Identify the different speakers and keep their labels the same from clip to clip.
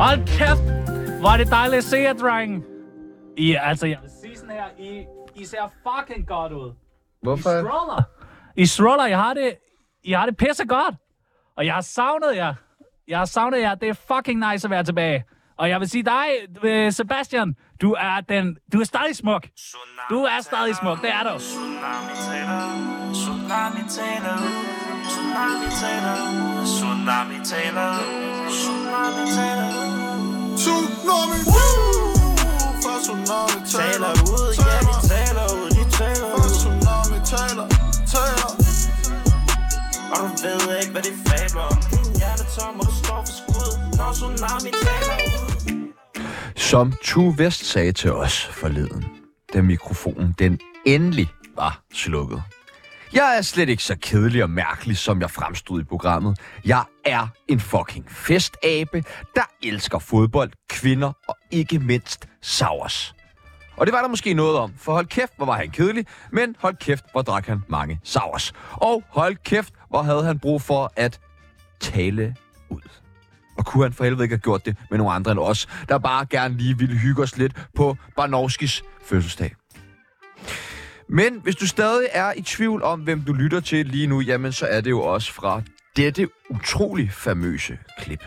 Speaker 1: Hold kæft, hvor er det dejligt at se jer, drenge. I, altså, jeg vil sige sådan her, I, I ser fucking godt ud. I
Speaker 2: Hvorfor?
Speaker 1: stroller. I stroller, jeg har det, jeg har det pisse godt. Og jeg har savnet jer. Jeg har savnet jer. Det er fucking nice at være tilbage. Og jeg vil sige dig, øh, Sebastian, du er, den, du er stadig smuk. Du er stadig smuk, det er du.
Speaker 3: Tsunami taler, tsunami taler, tsunami taler, tsunami taler, tsunami taler.
Speaker 4: Tsunami. Fra tsunami
Speaker 3: Taler
Speaker 4: taler.
Speaker 3: ud, ja de taler ud, de taler
Speaker 4: Fra
Speaker 3: ud.
Speaker 4: tsunami taler. Taler.
Speaker 3: Og du ved ikke, hvad de fabler om. Din hjerte tom, og du står for skud, når tsunami taler ud.
Speaker 2: Som Tue Vest sagde til os forleden, da mikrofonen den endelig var slukket. Jeg er slet ikke så kedelig og mærkelig, som jeg fremstod i programmet. Jeg er en fucking festabe, der elsker fodbold, kvinder og ikke mindst Sauers. Og det var der måske noget om, for hold kæft, hvor var han kedelig, men hold kæft, hvor drak han mange Sauers. Og hold kæft, hvor havde han brug for at tale ud. Og kunne han for helvede ikke have gjort det med nogle andre end os, der bare gerne lige ville hygge os lidt på Barnovskis fødselsdag. Men hvis du stadig er i tvivl om, hvem du lytter til lige nu, jamen så er det jo også fra dette utrolig famøse klip.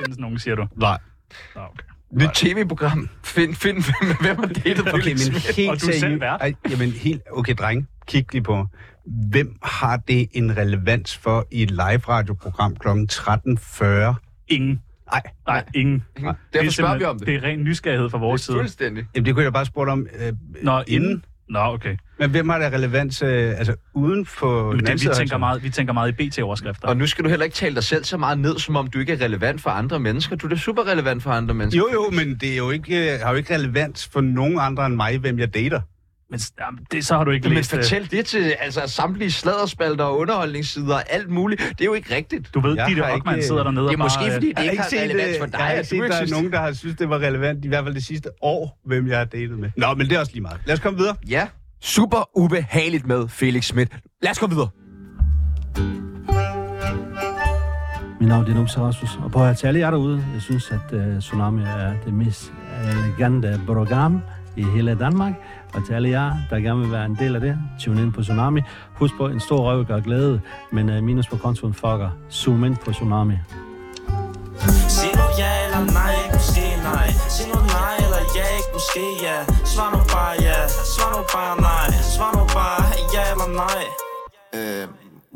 Speaker 1: Findes nogen, siger du.
Speaker 5: Nej.
Speaker 1: Nå, okay.
Speaker 2: Nyt tv-program. Find, find hvem, hvem er det, der
Speaker 5: Okay, men helt
Speaker 1: Og du er selv
Speaker 5: seriøst-
Speaker 1: vært.
Speaker 5: Ej, Jamen helt... Okay, dreng, kig lige på mig. Hvem har det en relevans for i et live-radioprogram kl. 13.40?
Speaker 1: Ingen.
Speaker 5: Nej,
Speaker 1: Nej, ingen.
Speaker 2: Derfor
Speaker 1: Det er
Speaker 2: spørger vi
Speaker 1: simpelthen-
Speaker 2: om det.
Speaker 1: Det er ren nysgerrighed fra vores side.
Speaker 2: Fuldstændig.
Speaker 5: Jamen, det kunne jeg bare spørge om øh,
Speaker 1: Nå, inden? Nå, okay.
Speaker 5: Men hvem har der relevans øh, altså, uden for...
Speaker 1: Nu,
Speaker 5: den anden
Speaker 1: det, vi,
Speaker 5: side af
Speaker 1: tænker
Speaker 5: horisonten?
Speaker 1: meget, vi tænker meget i BT-overskrifter.
Speaker 2: Og nu skal du heller ikke tale dig selv så meget ned, som om du ikke er relevant for andre mennesker. Du er da super relevant for andre mennesker.
Speaker 5: Jo, jo, men det er jo ikke, øh, har jo ikke relevans for nogen andre end mig, hvem jeg dater.
Speaker 1: Men s- jamen, det, så har du ikke
Speaker 2: Men
Speaker 1: læst øh, det.
Speaker 2: fortæl det til altså, samtlige sladderspalter og underholdningssider og alt muligt. Det er jo ikke rigtigt.
Speaker 1: Du ved,
Speaker 5: Jeg
Speaker 1: Ditte
Speaker 5: har
Speaker 1: Ockmann
Speaker 5: ikke, øh,
Speaker 1: sidder dernede
Speaker 2: Det er
Speaker 1: og bare...
Speaker 2: måske,
Speaker 1: øh,
Speaker 2: fordi det
Speaker 5: Jeg har
Speaker 2: ikke har
Speaker 5: set,
Speaker 2: relevans for
Speaker 5: øh,
Speaker 2: dig.
Speaker 5: Jeg har
Speaker 2: at
Speaker 5: ikke set,
Speaker 2: du
Speaker 5: der er
Speaker 2: synes-
Speaker 5: nogen, der har synes, det var relevant, i hvert fald det sidste år, hvem jeg har datet med. Nå, men det er også lige meget. Lad os komme videre.
Speaker 2: Ja. Super ubehageligt med Felix Schmidt. Lad os gå videre.
Speaker 6: Mit navn det er Numse Rasmus, og prøv at høre til alle jer derude. Jeg synes, at uh, Tsunami er det mest elegante program i hele Danmark. Og til alle jer, der gerne vil være en del af det, tune ind på Tsunami. Husk på, en stor røv gør glæde, men uh, minus på kontoen fucker. Zoom ind på Tsunami.
Speaker 3: Sig nu ja eller nej, ikke måske nej Sig nu nej eller ja, ikke måske ja Svar nu bare ja, svar nu bare nej Svar nu bare ja eller nej
Speaker 4: Øh,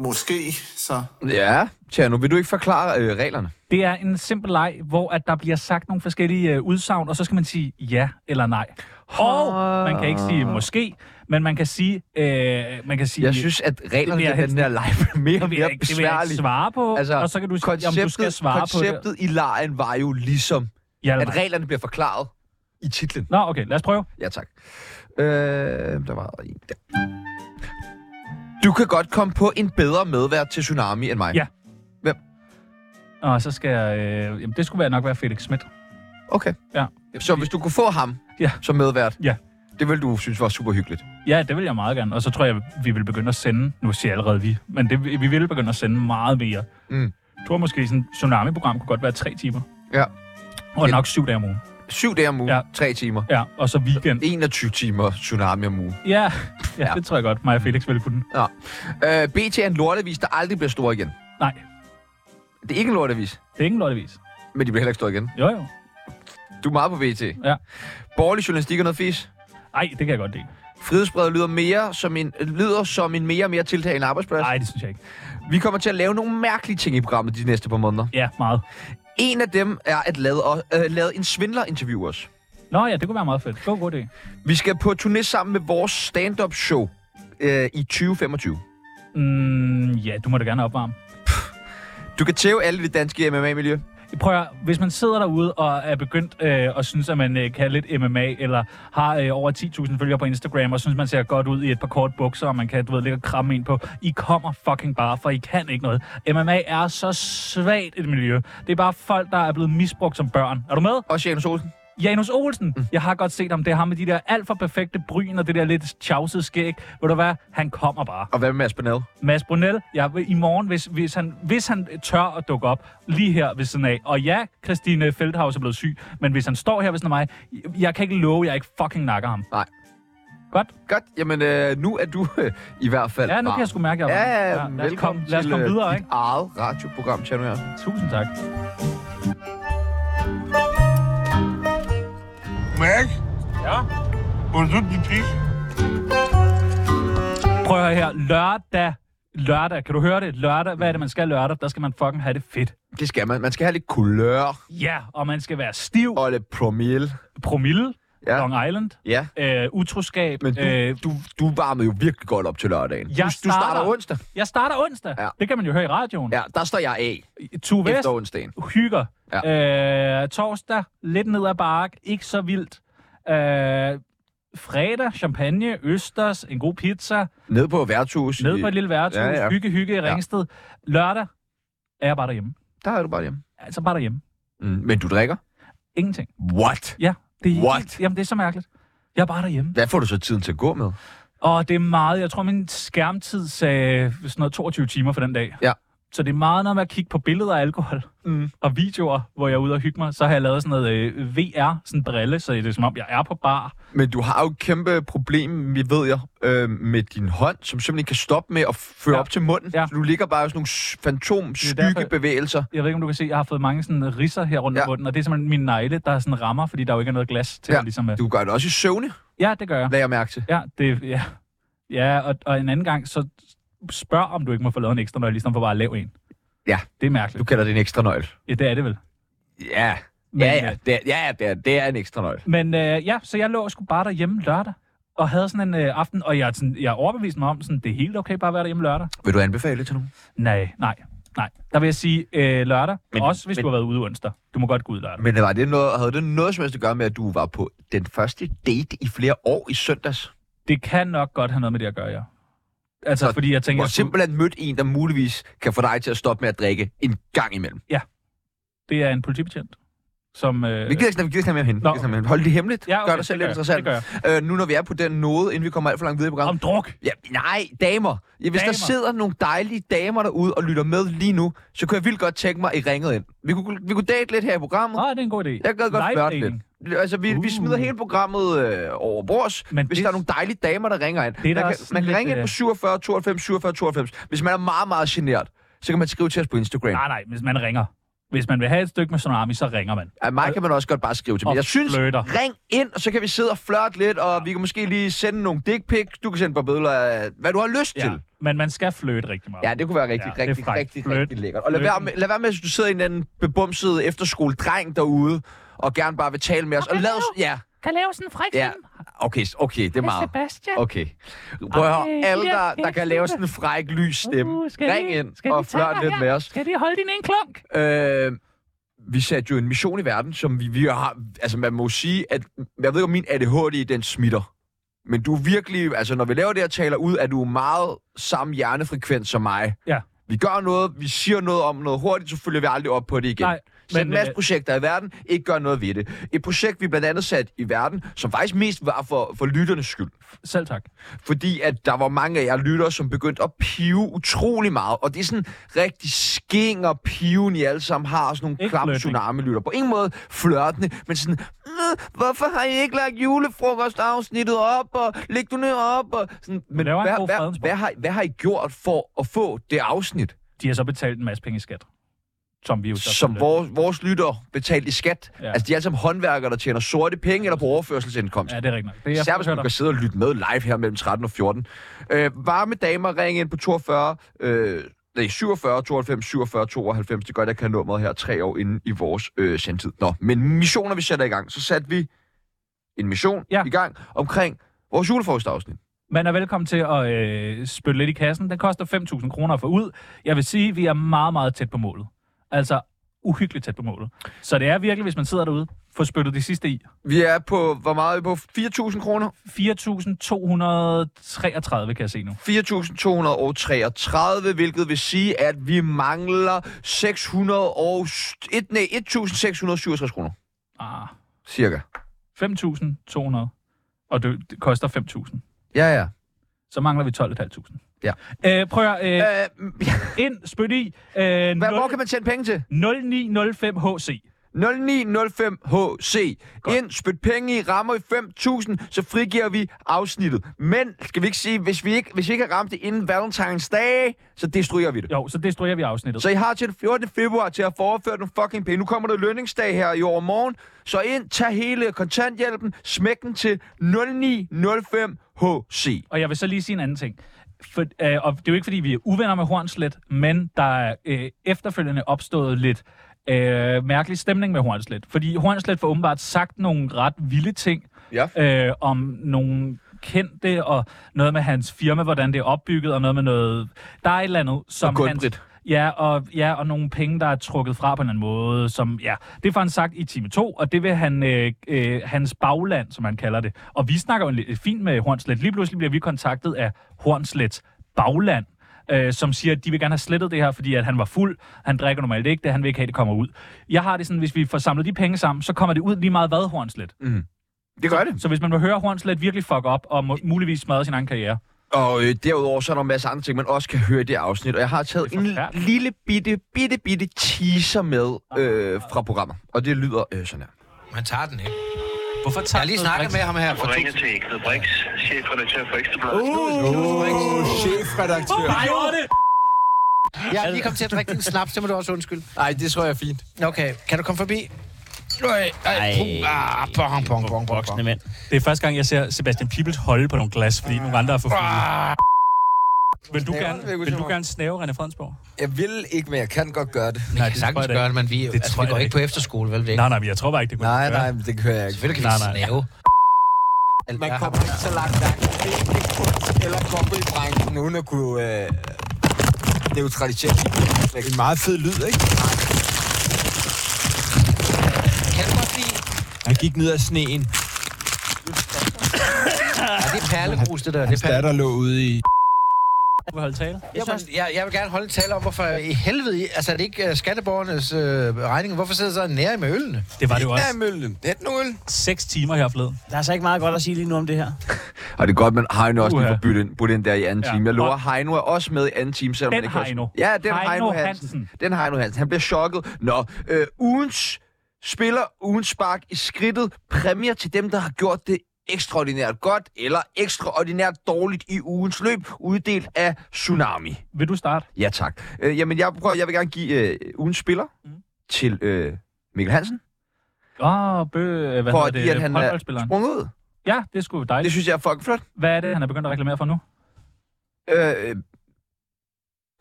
Speaker 4: måske så.
Speaker 2: Ja, Tjerno, vil du ikke forklare øh, reglerne?
Speaker 1: Det er en simpel leg, hvor at der bliver sagt nogle forskellige øh, udsagn, og så skal man sige ja eller nej. Og man kan ikke sige måske, men man kan sige... Øh, man kan sige
Speaker 2: Jeg synes, at reglerne
Speaker 1: vil jeg
Speaker 2: til den her live er mere
Speaker 1: det
Speaker 2: og
Speaker 1: vil jeg
Speaker 2: mere
Speaker 1: ikke, det vil jeg ikke
Speaker 2: besværlige.
Speaker 1: svare på, altså, og så kan du sige, om du skal svare
Speaker 2: konceptet
Speaker 1: på det.
Speaker 2: i lejen var jo ligesom,
Speaker 1: Ja eller
Speaker 2: at
Speaker 1: nej.
Speaker 2: reglerne bliver forklaret i titlen.
Speaker 1: Nå, okay, lad os prøve.
Speaker 2: Ja, tak. Øh, der var en der. Du kan godt komme på en bedre medvært til Tsunami end mig.
Speaker 1: Ja. Og så skal jeg... Øh, jamen, det skulle være nok være Felix Schmidt.
Speaker 2: Okay.
Speaker 1: Ja.
Speaker 2: Så hvis du kunne få ham
Speaker 1: Ja.
Speaker 2: som medvært,
Speaker 1: Ja.
Speaker 2: det ville du synes var super hyggeligt.
Speaker 1: Ja, det vil jeg meget gerne. Og så tror jeg, vi vil begynde at sende... Nu siger jeg allerede vi, men det, vi vil begynde at sende meget mere.
Speaker 2: Mm.
Speaker 1: Jeg tror måske, sådan et tsunami-program kunne godt være tre timer.
Speaker 2: Ja.
Speaker 1: Og
Speaker 2: Ja.
Speaker 1: nok syv dage om ugen.
Speaker 2: Syv dage om ugen,
Speaker 1: Ja.
Speaker 2: ja. tre timer.
Speaker 1: Ja, og så weekend.
Speaker 2: 21 timer tsunami om ugen.
Speaker 1: Ja, ja,
Speaker 2: Ja.
Speaker 1: det tror jeg godt, mig og Felix ville kunne.
Speaker 2: Nå. Øh, BT er en lortevis, der aldrig bliver stor igen.
Speaker 1: Nej,
Speaker 2: Det er ikke en lortevis,
Speaker 1: det er ikke en lottevis.
Speaker 2: men de bliver heller ikke store igen.
Speaker 1: Jo, jo.
Speaker 2: Du er meget på BT.
Speaker 1: Ja.
Speaker 2: Borgerlig journalistik er noget fis.
Speaker 1: Ej, det kan jeg godt lide.
Speaker 2: Frihedsbrevet lyder, mere som en, lyder som en mere og mere tiltagende arbejdsplads.
Speaker 1: Nej, det synes jeg ikke.
Speaker 2: Vi kommer til at lave nogle mærkelige ting i programmet de næste par måneder.
Speaker 1: Ja, meget.
Speaker 2: En af dem er at lade, o- øh, lade en svindler interviewe os.
Speaker 1: Nå ja, det kunne være meget fedt. God, god idé.
Speaker 2: Vi skal på turné sammen med vores stand-up show øh, i 2025.
Speaker 1: Mm, ja, du må da gerne opvarme.
Speaker 2: Du kan tæve alle i det danske MMA-miljø.
Speaker 1: Prøv at, høre, hvis man sidder derude og er begyndt øh, og synes, at man øh, kan lidt MMA, eller har øh, over 10.000 følgere på Instagram, og synes, man ser godt ud i et par kort bukser, og man kan, du ved, ligge og kramme en på. I kommer fucking bare, for I kan ikke noget. MMA er så svagt et miljø. Det er bare folk, der er blevet misbrugt som børn. Er du med?
Speaker 2: Og Sjæren Olsen.
Speaker 1: Janus Olsen, mm. jeg har godt set ham. Det er ham med de der alt for perfekte bryn og det der lidt tjavsede skæg. Ved du hvad? Han kommer bare.
Speaker 2: Og hvad med Mads Bernal?
Speaker 1: Mads Brunel, jeg vil i morgen, hvis, hvis, han, hvis han tør at dukke op lige her ved siden af. Og ja, Christine Feldhaus er blevet syg, men hvis han står her ved siden af mig, jeg, jeg kan ikke love, at jeg ikke fucking nakker ham.
Speaker 2: Nej.
Speaker 1: Godt.
Speaker 2: Godt, jamen øh, nu er du øh, i hvert fald
Speaker 1: Ja, nu kan
Speaker 2: varm.
Speaker 1: jeg sgu mærke, at jeg er
Speaker 2: Ja, ja,
Speaker 1: varm. lad os komme,
Speaker 2: velkommen
Speaker 1: lad os
Speaker 2: til
Speaker 1: komme
Speaker 2: øh,
Speaker 1: videre,
Speaker 2: dit
Speaker 1: ikke?
Speaker 2: eget radioprogram, Tjerno Jørgensen.
Speaker 1: Tusind tak.
Speaker 7: Mac?
Speaker 1: Ja?
Speaker 7: Hvor er du din pis?
Speaker 1: Prøv at høre her. Lørdag. Lørdag. Kan du høre det? Lørdag. Hvad er det, man skal lørdag? Der skal man fucking have det fedt.
Speaker 2: Det skal man. Man skal have lidt kulør
Speaker 1: Ja, og man skal være stiv.
Speaker 2: og lidt promille.
Speaker 1: Promille.
Speaker 2: Ja.
Speaker 1: Long Island.
Speaker 2: Ja,
Speaker 1: Øh, utroskab.
Speaker 2: men du,
Speaker 1: øh,
Speaker 2: du, du varmede jo virkelig godt op til lørdagen.
Speaker 1: Jeg
Speaker 2: du, du starter
Speaker 1: starter-
Speaker 2: onsdag.
Speaker 1: jeg starter onsdag.
Speaker 2: Ja.
Speaker 1: Det kan man jo høre i radioen.
Speaker 2: Ja, der står jeg af
Speaker 1: Tue Vest.
Speaker 2: efter onsdagen.
Speaker 1: hygger. Ja. Øh, torsdag, lidt ned ad bark, ikke så vildt. Øh, fredag, champagne, østers, en god pizza,
Speaker 2: Ned på værtshus.
Speaker 1: ned på et lille værtshus,
Speaker 2: Ja,
Speaker 1: ja,
Speaker 2: ja.
Speaker 1: ja. hygge, hygge i Ringsted. Lørdag er jeg bare derhjemme.
Speaker 2: Der er du bare hjemme.
Speaker 1: Altså bare derhjemme.
Speaker 2: Mm, men du drikker?
Speaker 1: Ingenting.
Speaker 2: What?
Speaker 1: Ja, det er,
Speaker 2: What?
Speaker 1: Jamen, det er så mærkeligt. Jeg er bare derhjemme.
Speaker 2: Hvad får du så tiden til at gå med?
Speaker 1: Og det er meget, jeg tror, min skærmtid sagde sådan noget 22 timer for den dag.
Speaker 2: Ja.
Speaker 1: Så det er meget noget med at kigge på billeder af alkohol
Speaker 2: Mm.
Speaker 1: og videoer, hvor jeg er ude og hygge mig. Så har jeg lavet sådan noget øh, VR, sådan en brille, så det er som om, jeg er på bar.
Speaker 2: Men du har jo et kæmpe problem, vi ved jeg, øh, med din hånd, som simpelthen ikke kan stoppe med at føre
Speaker 1: Ja.
Speaker 2: ja. op til munden.
Speaker 1: Ja.
Speaker 2: Så Du ligger bare i sådan nogle s- fantom
Speaker 1: er derfor-
Speaker 2: skyggebevægelser.
Speaker 1: jeg ved ikke, om du kan se, jeg har fået mange sådan risser her rundt ja.
Speaker 2: Ja.
Speaker 1: om munden, og det er simpelthen min negle, der sådan rammer, fordi der jo ikke er noget glas til
Speaker 2: Ja.
Speaker 1: ja. at ligesom... øh,
Speaker 2: Du gør det også i søvne,
Speaker 1: Ja, det gør jeg.
Speaker 2: lagde jeg mærke til.
Speaker 1: Ja, det, ja. ja og, og, en anden gang, så spørg, om du ikke må få lavet en ekstra nøgle, ligesom for bare at lave en.
Speaker 2: Ja.
Speaker 1: Det er
Speaker 2: Du
Speaker 1: mærkeligt.
Speaker 2: kalder det en ekstra nøgle.
Speaker 1: Ja, det er det vel.
Speaker 2: Ja,
Speaker 1: Men,
Speaker 2: ja, ja,
Speaker 1: øh,
Speaker 2: det er, ja, ja, det er, det er en ekstra nøgle.
Speaker 1: Men øh, ja, så jeg lå sgu bare derhjemme lørdag, og havde sådan en øh, aften, og jeg, er sådan, jeg er overbevist mig om, sådan, det er helt okay bare at være derhjemme lørdag.
Speaker 2: Vil du anbefale det til nogen?
Speaker 1: Nej, nej, nej. Der vil jeg sige øh, lørdag,
Speaker 2: Men-
Speaker 1: men, også hvis
Speaker 2: men-
Speaker 1: men, du har været ude onsdag. Du må godt gå ud lørdag.
Speaker 2: Men var det noget, havde det noget som helst at gøre med, at du var på den første date i flere år i søndags?
Speaker 1: Det kan nok godt have noget med det at gøre, ja. Altså,
Speaker 2: Så-
Speaker 1: så, fordi jeg
Speaker 2: Du
Speaker 1: tænker...
Speaker 2: har
Speaker 1: jeg skulle-
Speaker 2: simpelthen mødt en, der muligvis kan få dig til at stoppe med at drikke en gang imellem.
Speaker 1: Det er en politibetjent, som... Øh,
Speaker 2: Vi gider ikke snakke- vi gider ikke snakke mere om hende.
Speaker 1: Nå.
Speaker 2: Vi gider snakke mere om hende. Hold det hemmeligt.
Speaker 1: Ja, okay,
Speaker 2: gør dig selv
Speaker 1: det
Speaker 2: lidt
Speaker 1: gør
Speaker 2: interessant.
Speaker 1: jeg, det
Speaker 2: Øh, nu når vi er på den node, inden vi kommer alt for langt videre i programmet.
Speaker 1: om druk.
Speaker 2: Ja, nej, damer. Ja, hvis
Speaker 1: Damer.
Speaker 2: damer. der sidder nogle dejlige damer derude og lytter med lige nu, så kunne jeg vildt godt tænke mig, at I ringede ind. Vi kunne, vi kunne date lidt her i programmet.
Speaker 1: Åh, det er en god idé.
Speaker 2: Jeg gad godt
Speaker 1: Live
Speaker 2: flørte
Speaker 1: dating.
Speaker 2: lidt. Altså, vi, uh. vi
Speaker 1: Uh.
Speaker 2: smider hele programmet øh, over bords, Men
Speaker 1: Men
Speaker 2: hvis
Speaker 1: det-
Speaker 2: der er nogle dejlige damer, der ringer ind.
Speaker 1: er
Speaker 2: man
Speaker 1: da
Speaker 2: kan,
Speaker 1: også sådan
Speaker 2: man kan
Speaker 1: lidt,
Speaker 2: ringe ind
Speaker 1: øh,
Speaker 2: på 47 92 47 92. Hvis man er meget, meget genert, så kan man skrive til os på Instagram.
Speaker 1: Nej, nej, hvis man ringer. Hvis man vil have et stykke med Tsunami, så ringer man.
Speaker 2: Ja, mig kan man også godt bare skrive til. Men
Speaker 1: Og
Speaker 2: jeg synes,
Speaker 1: flirter.
Speaker 2: ring ind, og så kan vi sidde og flirte lidt, og vi kan måske lige sende nogle dick pics. Du kan sende på billeder af, hvad du har lyst
Speaker 1: Ja.
Speaker 2: til.
Speaker 1: Men man skal fløte rigtig meget.
Speaker 2: Ja, det kunne være rigtig,
Speaker 1: Ja, det er
Speaker 2: ja, rigtig,
Speaker 1: frækt.
Speaker 2: rigtig,
Speaker 1: Fløt.
Speaker 2: rigtig lækkert. Og lad være, med, lad være med, hvis du sidder i en eller anden bebumset efterskoledreng derude, og gerne bare vil tale med os. Og lad os... Ja,
Speaker 8: Kan lave sådan en fræk
Speaker 2: ja. Okay, okay, det er meget.
Speaker 8: Sebastian.
Speaker 2: Okay. Prøv at høre,
Speaker 8: Ej,
Speaker 2: alle,
Speaker 8: ja,
Speaker 2: der,
Speaker 8: ja,
Speaker 2: der kan lave sådan en fræk, lys stemme,
Speaker 8: Uh, skal
Speaker 2: ring
Speaker 8: de-
Speaker 2: ind
Speaker 8: skal de
Speaker 2: og
Speaker 8: tage
Speaker 2: flørt
Speaker 8: dig
Speaker 2: lidt
Speaker 8: her?
Speaker 2: med os.
Speaker 8: Skal de holde din en klunk?
Speaker 2: Øh, vi satte jo en mission i verden, som vi, vi har... Altså, man må sige, at... Jeg ved ikke, om min ADHD, den smitter. Men du er virkelig... Altså, når vi laver det her taler ud, er du meget samme hjernefrekvens som mig.
Speaker 1: Ja.
Speaker 2: Vi gør noget, vi siger noget om noget hurtigt, så følger vi aldrig op på det igen.
Speaker 1: Nej,
Speaker 2: Sæt
Speaker 1: men,
Speaker 2: en masse
Speaker 1: øh,
Speaker 2: projekter i verden, ikke gør noget ved det. Et projekt, vi blandt andet satte i verden, som faktisk mest var for, for lytternes skyld.
Speaker 1: Selv tak.
Speaker 2: Fordi at der var mange af jer lyttere, som begyndte at pive utrolig meget. Og det er sådan rigtig sking og piven, I alle sammen har. Sådan nogle
Speaker 1: Ikke
Speaker 2: klamme
Speaker 1: flirtning.
Speaker 2: tsunami-lytter. På ingen måde flørtende, men sådan... "Øh, Hvorfor har I ikke lagt julefrokostafsnittet op, og læg du ned op, og sådan... Men
Speaker 1: laver
Speaker 2: hvad,
Speaker 1: en god
Speaker 2: hvad,
Speaker 1: fredensborg.
Speaker 2: hvad, har, I- hvad har I gjort for at få det afsnit,
Speaker 1: De har så betalt en masse penge i skat. Som vi jo så
Speaker 2: som
Speaker 1: fløter.
Speaker 2: vores, vores lytter betalte i skat?
Speaker 1: Ja.
Speaker 2: Altså, de er alle sammen håndværkere, der tjener sorte penge eller på overførselsindkomst.
Speaker 1: Ja, det er rigtigt nok. Det er,
Speaker 2: Især hvis
Speaker 1: jeg
Speaker 2: man kan sidde og lytte med live her mellem 13 og 14. Øh, varme damer, ring ind på 42... Øh, nej, 47, 92, 47, 92. Det er godt, jeg kan nummeret her tre år inden i vores øh, sendtid. Nå, men missioner, vi sætter i gang. Så satte vi en mission ja.
Speaker 1: Ja.
Speaker 2: i gang omkring vores julefrokostafsnit.
Speaker 1: Man er velkommen til at øh, spytte lidt i kassen. Den koster 5.000 kroner for ud. Jeg vil sige, at vi er meget, meget tæt på målet. Altså uhyggeligt tæt på målet. Så det er virkelig, hvis man sidder derude, få spyttet det sidste i.
Speaker 2: Vi er på, hvor meget er vi på? 4.000 kroner?
Speaker 1: 4.233 kan jeg se nu.
Speaker 2: 4.233, hvilket vil sige, at vi mangler 600 og... Et, nej, 1.667 kroner.
Speaker 1: Ah,
Speaker 2: cirka.
Speaker 1: 5.200. Og det, det koster 5.000.
Speaker 2: Ja, ja.
Speaker 1: Så mangler vi 12.500.
Speaker 2: Ja.
Speaker 1: Øh, prøv at øh,
Speaker 2: Øh,
Speaker 1: ind, spyt i. Øh,
Speaker 2: hvad, hvor kan man tjene penge til?
Speaker 1: 0905 HC.
Speaker 2: 0905 HC. Ind, spyt penge i, rammer i 5.000, så frigiver vi afsnittet. Men, skal vi ikke sige, hvis vi ikke, hvis vi ikke har ramt det inden Valentine's Day, så destruerer vi det.
Speaker 1: Jo, så destruerer vi afsnittet.
Speaker 2: Så I har til den 14. februar til at få overført nogle fucking penge. Nu kommer der lønningsdag her i overmorgen. Så ind, tag hele kontanthjælpen, smæk den til 0905 HC.
Speaker 1: Og jeg vil så lige sige en anden ting. For, øh, og det er jo ikke, fordi vi er uvenner med Hornslet, men der er øh, efterfølgende opstået lidt øh, mærkelig stemning med Hornslet. Fordi Hornslet får åbenbart sagt nogle ret vilde ting
Speaker 2: Ja.
Speaker 1: øh, om nogle kendte, og noget med hans firma, hvordan det er opbygget, og noget med noget... Der er et eller andet, som
Speaker 2: Og
Speaker 1: hans...
Speaker 2: Gunbrit.
Speaker 1: Ja og, ja, og nogle penge, der er trukket fra på en eller anden måde. Som, ja, det får han sagt i time 2, og det vil han, øh, øh, hans bagland, som han kalder det. Og vi snakker jo lidt fint med Hornslet. Lige pludselig bliver vi kontaktet af Hornslets bagland, øh, som siger, at de vil gerne have slettet det her, fordi at han var fuld. Han drikker normalt ikke det, han vil ikke have, det kommer ud. Jeg har det sådan, hvis vi får samlet de penge sammen, så kommer det ud lige meget hvad, Hornslet.
Speaker 2: Det gør det.
Speaker 1: Så hvis man vil høre Hornslet virkelig fuck op og må, muligvis smadre sin egen karriere.
Speaker 2: Og øh, derudover så er der en masse andre ting, man også kan høre i det afsnit. Og jeg har taget
Speaker 1: Det er
Speaker 2: en
Speaker 1: forfærdeligt.
Speaker 2: lille bitte, bitte, bitte teaser med
Speaker 9: Ah.
Speaker 2: øh, fra programmet. Og det lyder øh, sådan her.
Speaker 10: Man tager den ikke.
Speaker 11: Hvorfor tager
Speaker 10: Jeg har lige snakket med ham her for to
Speaker 11: til Ekved Brix, chefredaktør for Ekstrabladet.
Speaker 10: chefredaktør.
Speaker 1: det!
Speaker 10: Jeg er lige kommet til at drikke din snaps, det må du også undskylde.
Speaker 11: Nej, det tror jeg er fint.
Speaker 10: Okay, kan du komme forbi? Nej, ej, puh, ah, bong, bong, bong, bong, bong. mænd.
Speaker 11: Det er første gang, jeg ser Sebastian Pibels holde på nogle glas, fordi nogle andre er for fulde. Vil du,
Speaker 9: Ah. Snæver, det er
Speaker 11: gerne,
Speaker 9: ikke
Speaker 11: vil du
Speaker 9: sjovt.
Speaker 11: gerne snæve René Fransborg?
Speaker 9: Jeg vil ikke, men jeg kan godt gøre det.
Speaker 10: Nej, det sagtens
Speaker 11: tror jeg
Speaker 10: gøre det, men vi,
Speaker 11: Det
Speaker 10: altså,
Speaker 11: tror
Speaker 10: vi
Speaker 11: jeg
Speaker 10: går
Speaker 11: da
Speaker 10: ikke på efterskole, vel?
Speaker 11: Nej, nej, men jeg tror bare ikke, det kunne
Speaker 9: Nej,
Speaker 11: lade sig
Speaker 9: nej, men det kører jeg ikke.
Speaker 10: Selvfølgelig kan
Speaker 11: Nej,
Speaker 10: vi
Speaker 11: nej.
Speaker 10: snæve. Alt
Speaker 9: Man
Speaker 10: er
Speaker 9: kommer ikke så langt hverken ind i kunst eller kobbelbranchen, uden at kunne øh, neutralisere det. En meget fed lyd, ikke?
Speaker 10: her. Kan du godt lide?
Speaker 9: Han gik ned ad sneen.
Speaker 10: Ja, det er perlegrus, det der. Det er perle.
Speaker 9: lå ude i...
Speaker 11: gøre. Du vil holde tale?
Speaker 10: Jeg, synes, jeg, jeg vil gerne holde en tale om, hvorfor i helvede, I- altså er det ikke uh, skatteborgernes uh, regning, hvorfor sidder så nære med ølene?
Speaker 11: Det var det jo
Speaker 9: Ja,
Speaker 11: også.
Speaker 9: Møllen. Det er den øl.
Speaker 11: 6 timer her forleden.
Speaker 12: Der er så ikke meget godt at sige lige nu om det her.
Speaker 2: Og det er godt, men Heino også lige
Speaker 1: Uha.
Speaker 2: får budt ind, budt ind der i anden
Speaker 1: Ja.
Speaker 2: ja. time. Jeg lover,
Speaker 1: Og-
Speaker 2: Heino er også med i anden time, selvom
Speaker 1: Den
Speaker 2: han ikke hører-
Speaker 1: Heino.
Speaker 2: Ja, den
Speaker 1: Heino
Speaker 2: Heino, Hansen.
Speaker 1: Hansen.
Speaker 2: Den Heino Hansen. Han bliver chokket. Nå, øh, ugens spiller, ugens spark i skridtet, præmier til dem, der har gjort det ekstraordinært godt eller ekstraordinært dårligt i ugens løb, uddelt af Tsunami.
Speaker 1: Vil du starte?
Speaker 2: Ja, tak. Øh, jamen, jeg, prøver, jeg vil gerne give øh, ugens spiller mm. til øh, Mikkel Hansen,
Speaker 1: Åh, oh, bø, hvad
Speaker 2: for
Speaker 1: hedder
Speaker 2: at
Speaker 1: det?
Speaker 2: han er
Speaker 1: Håndboldspilleren.
Speaker 2: sprunget ud.
Speaker 1: Ja, det er sgu dejligt.
Speaker 2: Det synes jeg er fucking flot.
Speaker 1: Hvad er det, han er begyndt at reklamere for nu?
Speaker 2: Øh,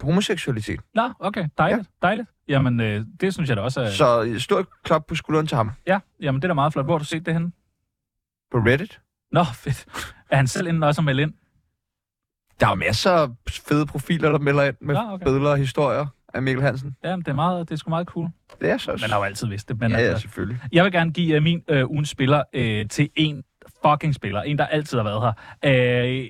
Speaker 2: homoseksualitet.
Speaker 1: Nå, okay. Dejligt. Ja. Dejligt. Jamen, øh, det synes jeg da også er... Så...
Speaker 2: Så øh, stort klap på skulderen til ham.
Speaker 1: Ja, jamen det er da meget flot. Hvor har du set det henne?
Speaker 2: På Reddit.
Speaker 1: Nå, fedt. Er han selv inde også at melde ind?
Speaker 2: Der er masser af fede profiler, der melder ind med
Speaker 1: Nå, Ah, okay.
Speaker 2: billeder og historier af Mikkel Hansen.
Speaker 1: Jamen, det er, meget, det er sgu meget cool.
Speaker 2: Det er så...
Speaker 1: Man har jo altid vidst det. Men
Speaker 2: Ja, ja,
Speaker 1: altså,
Speaker 2: selvfølgelig.
Speaker 1: jeg vil gerne give uh, min uh, ugens spiller uh, til en fucking spiller. En, der altid har været her. Uh,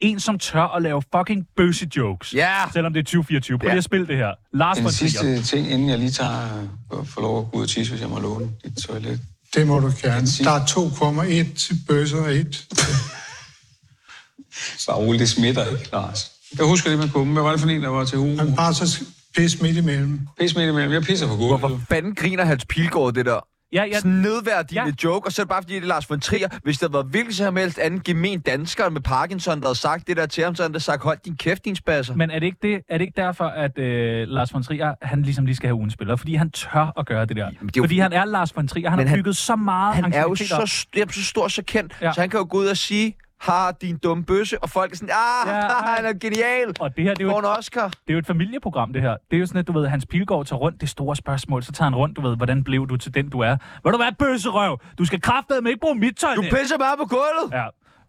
Speaker 1: en, som tør at lave fucking bøse jokes.
Speaker 2: Ja!
Speaker 1: Selvom det er 2024. Prøv lige
Speaker 2: Ja.
Speaker 1: at spille det her. Lars von
Speaker 12: En
Speaker 1: Trier.
Speaker 12: sidste ting, inden Ah, jeg lige tager og får lov at gå ud og tisse, hvis jeg må låne et toilet.
Speaker 7: Det må du gerne. Der er to kummer, et til bøsser og et.
Speaker 12: Bare roligt, det smitter ikke, Lars. Jeg husker det med kummen. Hvad var det for en, der var til ugen?
Speaker 7: Man bare så pis midt imellem.
Speaker 12: Pis midt imellem. Jeg pisser på gulvet.
Speaker 2: Hvorfor fanden griner Hans Pilgaard det der?
Speaker 1: Ja,
Speaker 2: Ja.
Speaker 1: ja,
Speaker 2: Sådan nedværdigende
Speaker 1: Ja.
Speaker 2: ja. joke, og så er det bare fordi, det er Lars von Trier. Hvis der var hvilken som helst anden gemen dansker med Parkinson, der havde sagt det der til ham, så havde han da sagt, hold din kæft, din spasser.
Speaker 1: Men er det ikke, det, er det ikke derfor, at øh, Lars von Trier, han ligesom lige skal have ugen spiller? Fordi han tør at gøre det der.
Speaker 2: Jamen, det
Speaker 1: det
Speaker 2: er jo-
Speaker 1: fordi han er Lars von Trier. Han
Speaker 2: Men
Speaker 1: har
Speaker 2: han-
Speaker 1: bygget så meget
Speaker 2: han er jo
Speaker 1: aktivitet op.
Speaker 2: så, st- jamen, så stor, så kendt,
Speaker 1: Ja.
Speaker 2: ja. så han kan jo gå ud og sige, har din dumme bøsse, og folk er sådan, ah,
Speaker 1: Ja.
Speaker 2: ja. han er genial,
Speaker 1: Og det her, det er, jo
Speaker 2: får en
Speaker 1: et,
Speaker 2: Oscar.
Speaker 1: det er jo et familieprogram, det her. Det er jo sådan, at du ved, Hans Pilgaard tager rundt det store spørgsmål. Så tager han rundt, du ved, hvordan blev du til den, du er? Vil du være bøsserøv? Du skal kraftedeme ikke bruge mit tøj.
Speaker 2: Du pisser bare på gulvet!
Speaker 1: Ja.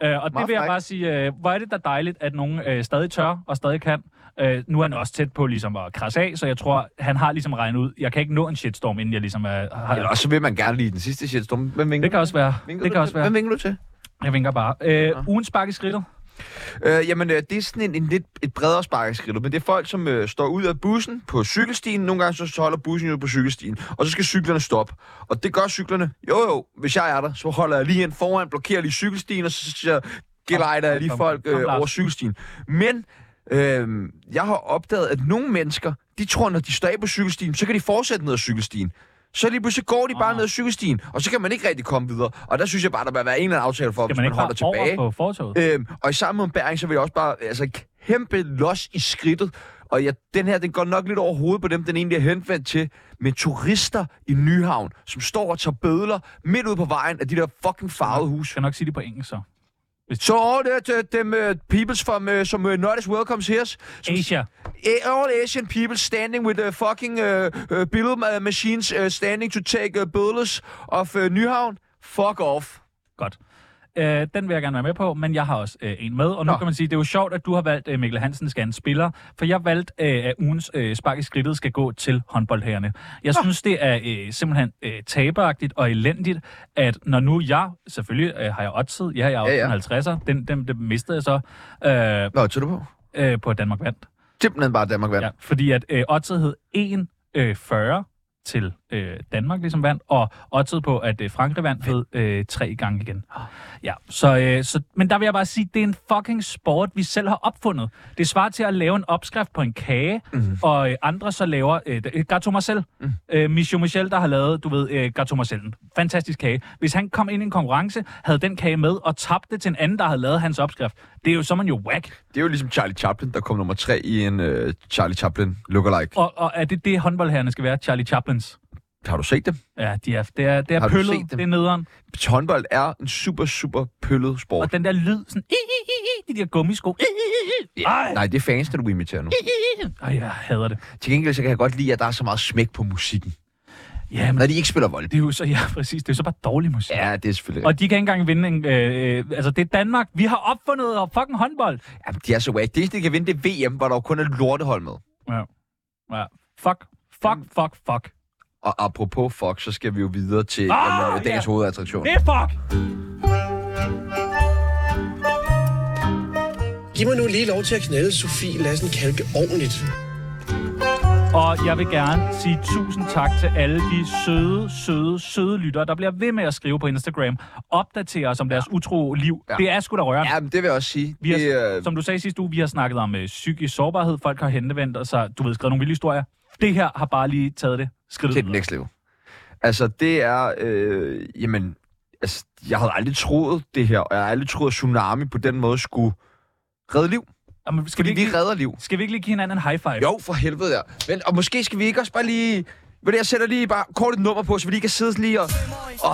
Speaker 1: Øh, og det
Speaker 2: Meget
Speaker 1: vil jeg
Speaker 2: frækt.
Speaker 1: bare sige, øh, hvor er det da dejligt, at nogen øh, stadig tør og stadig kan. Øh, nu er han også tæt på ligesom at krasse af, så jeg tror, han har ligesom regnet ud. Jeg kan ikke nå en shitstorm, inden jeg ligesom øh, har...
Speaker 2: Eller også så vil man gerne lide den sidste shitstorm. Hvem vinker
Speaker 1: Det kan også være.
Speaker 2: Vinker
Speaker 1: det
Speaker 2: du
Speaker 1: kan
Speaker 2: til?
Speaker 1: også være.
Speaker 2: Hvem vinker du til?
Speaker 1: Jeg vinker bare. Øh, ugen spark i skridtet.
Speaker 2: Øh, jamen, øh, det er sådan en, en lidt et bredere sparkeskridt, men det er folk, som øh, står ud af bussen på cykelstien. Nogle gange så holder bussen jo på cykelstien, og så skal cyklerne stoppe. Og det gør cyklerne. Jo, jo, hvis jeg er der, så holder jeg lige ind foran, blokerer lige cykelstien, og så, så gelejder jeg lige
Speaker 1: kom,
Speaker 2: folk
Speaker 1: kom,
Speaker 2: øh,
Speaker 1: Lars.
Speaker 2: over cykelstien. Men øh, jeg har opdaget, at nogle mennesker, de tror, når de står af på cykelstien, så kan de fortsætte ned ad cykelstien. Så lige pludselig går de
Speaker 1: Ah.
Speaker 2: bare ned ad cykelstien, og så kan man ikke rigtig komme videre. Og der synes jeg bare, der bør være en eller anden aftale for,
Speaker 1: Skal
Speaker 2: hvis
Speaker 1: man
Speaker 2: man
Speaker 1: ikke bare
Speaker 2: holder tilbage.
Speaker 1: over på fortovet?
Speaker 2: Øhm, og i samme ombæring, så vil jeg også bare altså, kæmpe los i skridtet. Og ja, den her, den går nok lidt over hovedet på dem, den egentlig er henvendt til. Med turister i Nyhavn, som står og tager bødler midt ude på vejen af de der fucking farvede huse. Jeg
Speaker 1: kan nok sige det på engelsk, så.
Speaker 2: So all the, the, them uh, peoples from uh, some uh, not as welcomes here. Som,
Speaker 1: Asia.
Speaker 2: A- all Asian people standing with uh, fucking uh, uh, bill uh, machines uh, standing to take uh, bødlers of uh, Nyhavn. Fuck off.
Speaker 1: Godt. Øh, den vil jeg gerne være med på, men jeg har også øh, en med. Og nu
Speaker 2: Nå.
Speaker 1: kan man sige, det er jo sjovt, at du har valgt øh, Mikkel Hansen skal en spiller, for jeg valgte, øh, at ugens øh, spark i skridtet skal gå til håndboldherrene. Jeg Nå. synes, det er øh, simpelthen øh, taberagtigt og elendigt, at når nu jeg, selvfølgelig øh, har jeg oddset, ja, jeg er
Speaker 2: Ja, ja.
Speaker 1: også ja, ja. 50'er, den, den, den mistede jeg så. Øh,
Speaker 2: Hvad tog du på?
Speaker 1: Øh, på at Danmark vandt.
Speaker 2: Simpelthen bare Danmark vandt.
Speaker 1: Ja, fordi at øh, oddset hed 1,40 øh, 40 til øh, Danmark ligesom vandt, og oddset på, at øh, Frankrig vandt hed øh, tre gange igen. Ja, så, øh, så, men der vil jeg bare sige, det er en fucking sport, vi selv har opfundet. Det svarer til at lave en opskrift på en kage, mm. og øh, andre så laver øh, der- øh, Gato Marcel. Mm. Øh, Michel Michel, der har lavet, du ved, øh, Gato Marcel. En Fantastisk kage. Hvis han kom ind i en konkurrence, havde den kage med, og tabte det til en anden, der havde lavet hans opskrift. Det er jo, så er man jo whack.
Speaker 2: Det er jo ligesom Charlie Chaplin, der kom nummer tre i en uh, Charlie Chaplin lookalike.
Speaker 1: Og, og er det det, håndboldherrerne skal være? Charlie Chaplins?
Speaker 2: Har du set dem?
Speaker 1: Ja, de er, det er, det er
Speaker 2: Har du
Speaker 1: pøllet,
Speaker 2: set dem?
Speaker 1: det er nederen.
Speaker 2: Håndbold er en super, super pøllet sport.
Speaker 1: Og den der lyd, sådan, i, i, i, i, de der gummisko. I, i, i, i. Ej,
Speaker 2: Nej, det er fansene, du imiterer nu.
Speaker 1: i, i. Ej, jeg hader det.
Speaker 2: Til gengæld så kan jeg godt lide, at der er så meget smæk på musikken.
Speaker 1: Ja, men
Speaker 2: Når de ikke spiller vold.
Speaker 1: det er jo så, ja, præcis, det er jo så bare dårlig musik.
Speaker 2: Ja, det er selvfølgelig. Og...
Speaker 1: Og de kan ikke engang vinde en, øh, øh, altså det er Danmark, vi har opfundet og fucking håndbold.
Speaker 2: Jamen, de er så wack. Det eneste, de kan vinde, det er VM, hvor der jo kun er lortehold med.
Speaker 1: Ja, ja. fuck, fuck, fuck, fuck.
Speaker 2: Og apropos fuck, så skal vi jo videre til
Speaker 1: Ah,
Speaker 2: ah, jamen, dagens
Speaker 1: ja.
Speaker 2: hovedattraktion.
Speaker 1: Det er fuck!
Speaker 13: Giv mig nu lige lov til at knalde Sofie Lassen Kalke ordentligt.
Speaker 1: Og jeg vil gerne sige tusind tak til alle de søde, søde, søde lyttere, der bliver ved med at skrive på Instagram. Opdatere os om deres utro liv.
Speaker 2: Ja.
Speaker 1: Det er sgu da rørende.
Speaker 2: Jamen, det vil jeg også sige.
Speaker 1: Vi har,
Speaker 2: Det, øh,
Speaker 1: Som du sagde sidste uge, vi har snakket om øh, psykisk sårbarhed. Folk har henvendt sig, du ved, skrevet nogle vilde historier. Det her har bare lige taget det skridt
Speaker 2: til den next level. Altså, det er... Øh, jamen, altså, jeg havde aldrig troet det her, og jeg havde aldrig troet, at tsunami på den måde skulle redde liv.
Speaker 1: Jamen, skal
Speaker 2: Fordi
Speaker 1: vi, ikke,
Speaker 2: vi redder liv.
Speaker 1: skal vi ikke lige give hinanden en high five?
Speaker 2: Jo, for helvede der. Men, og måske skal vi ikke også bare lige... Ved det, jeg sætter lige bare kort et nummer på, så vi lige kan sidde lige og... Åh,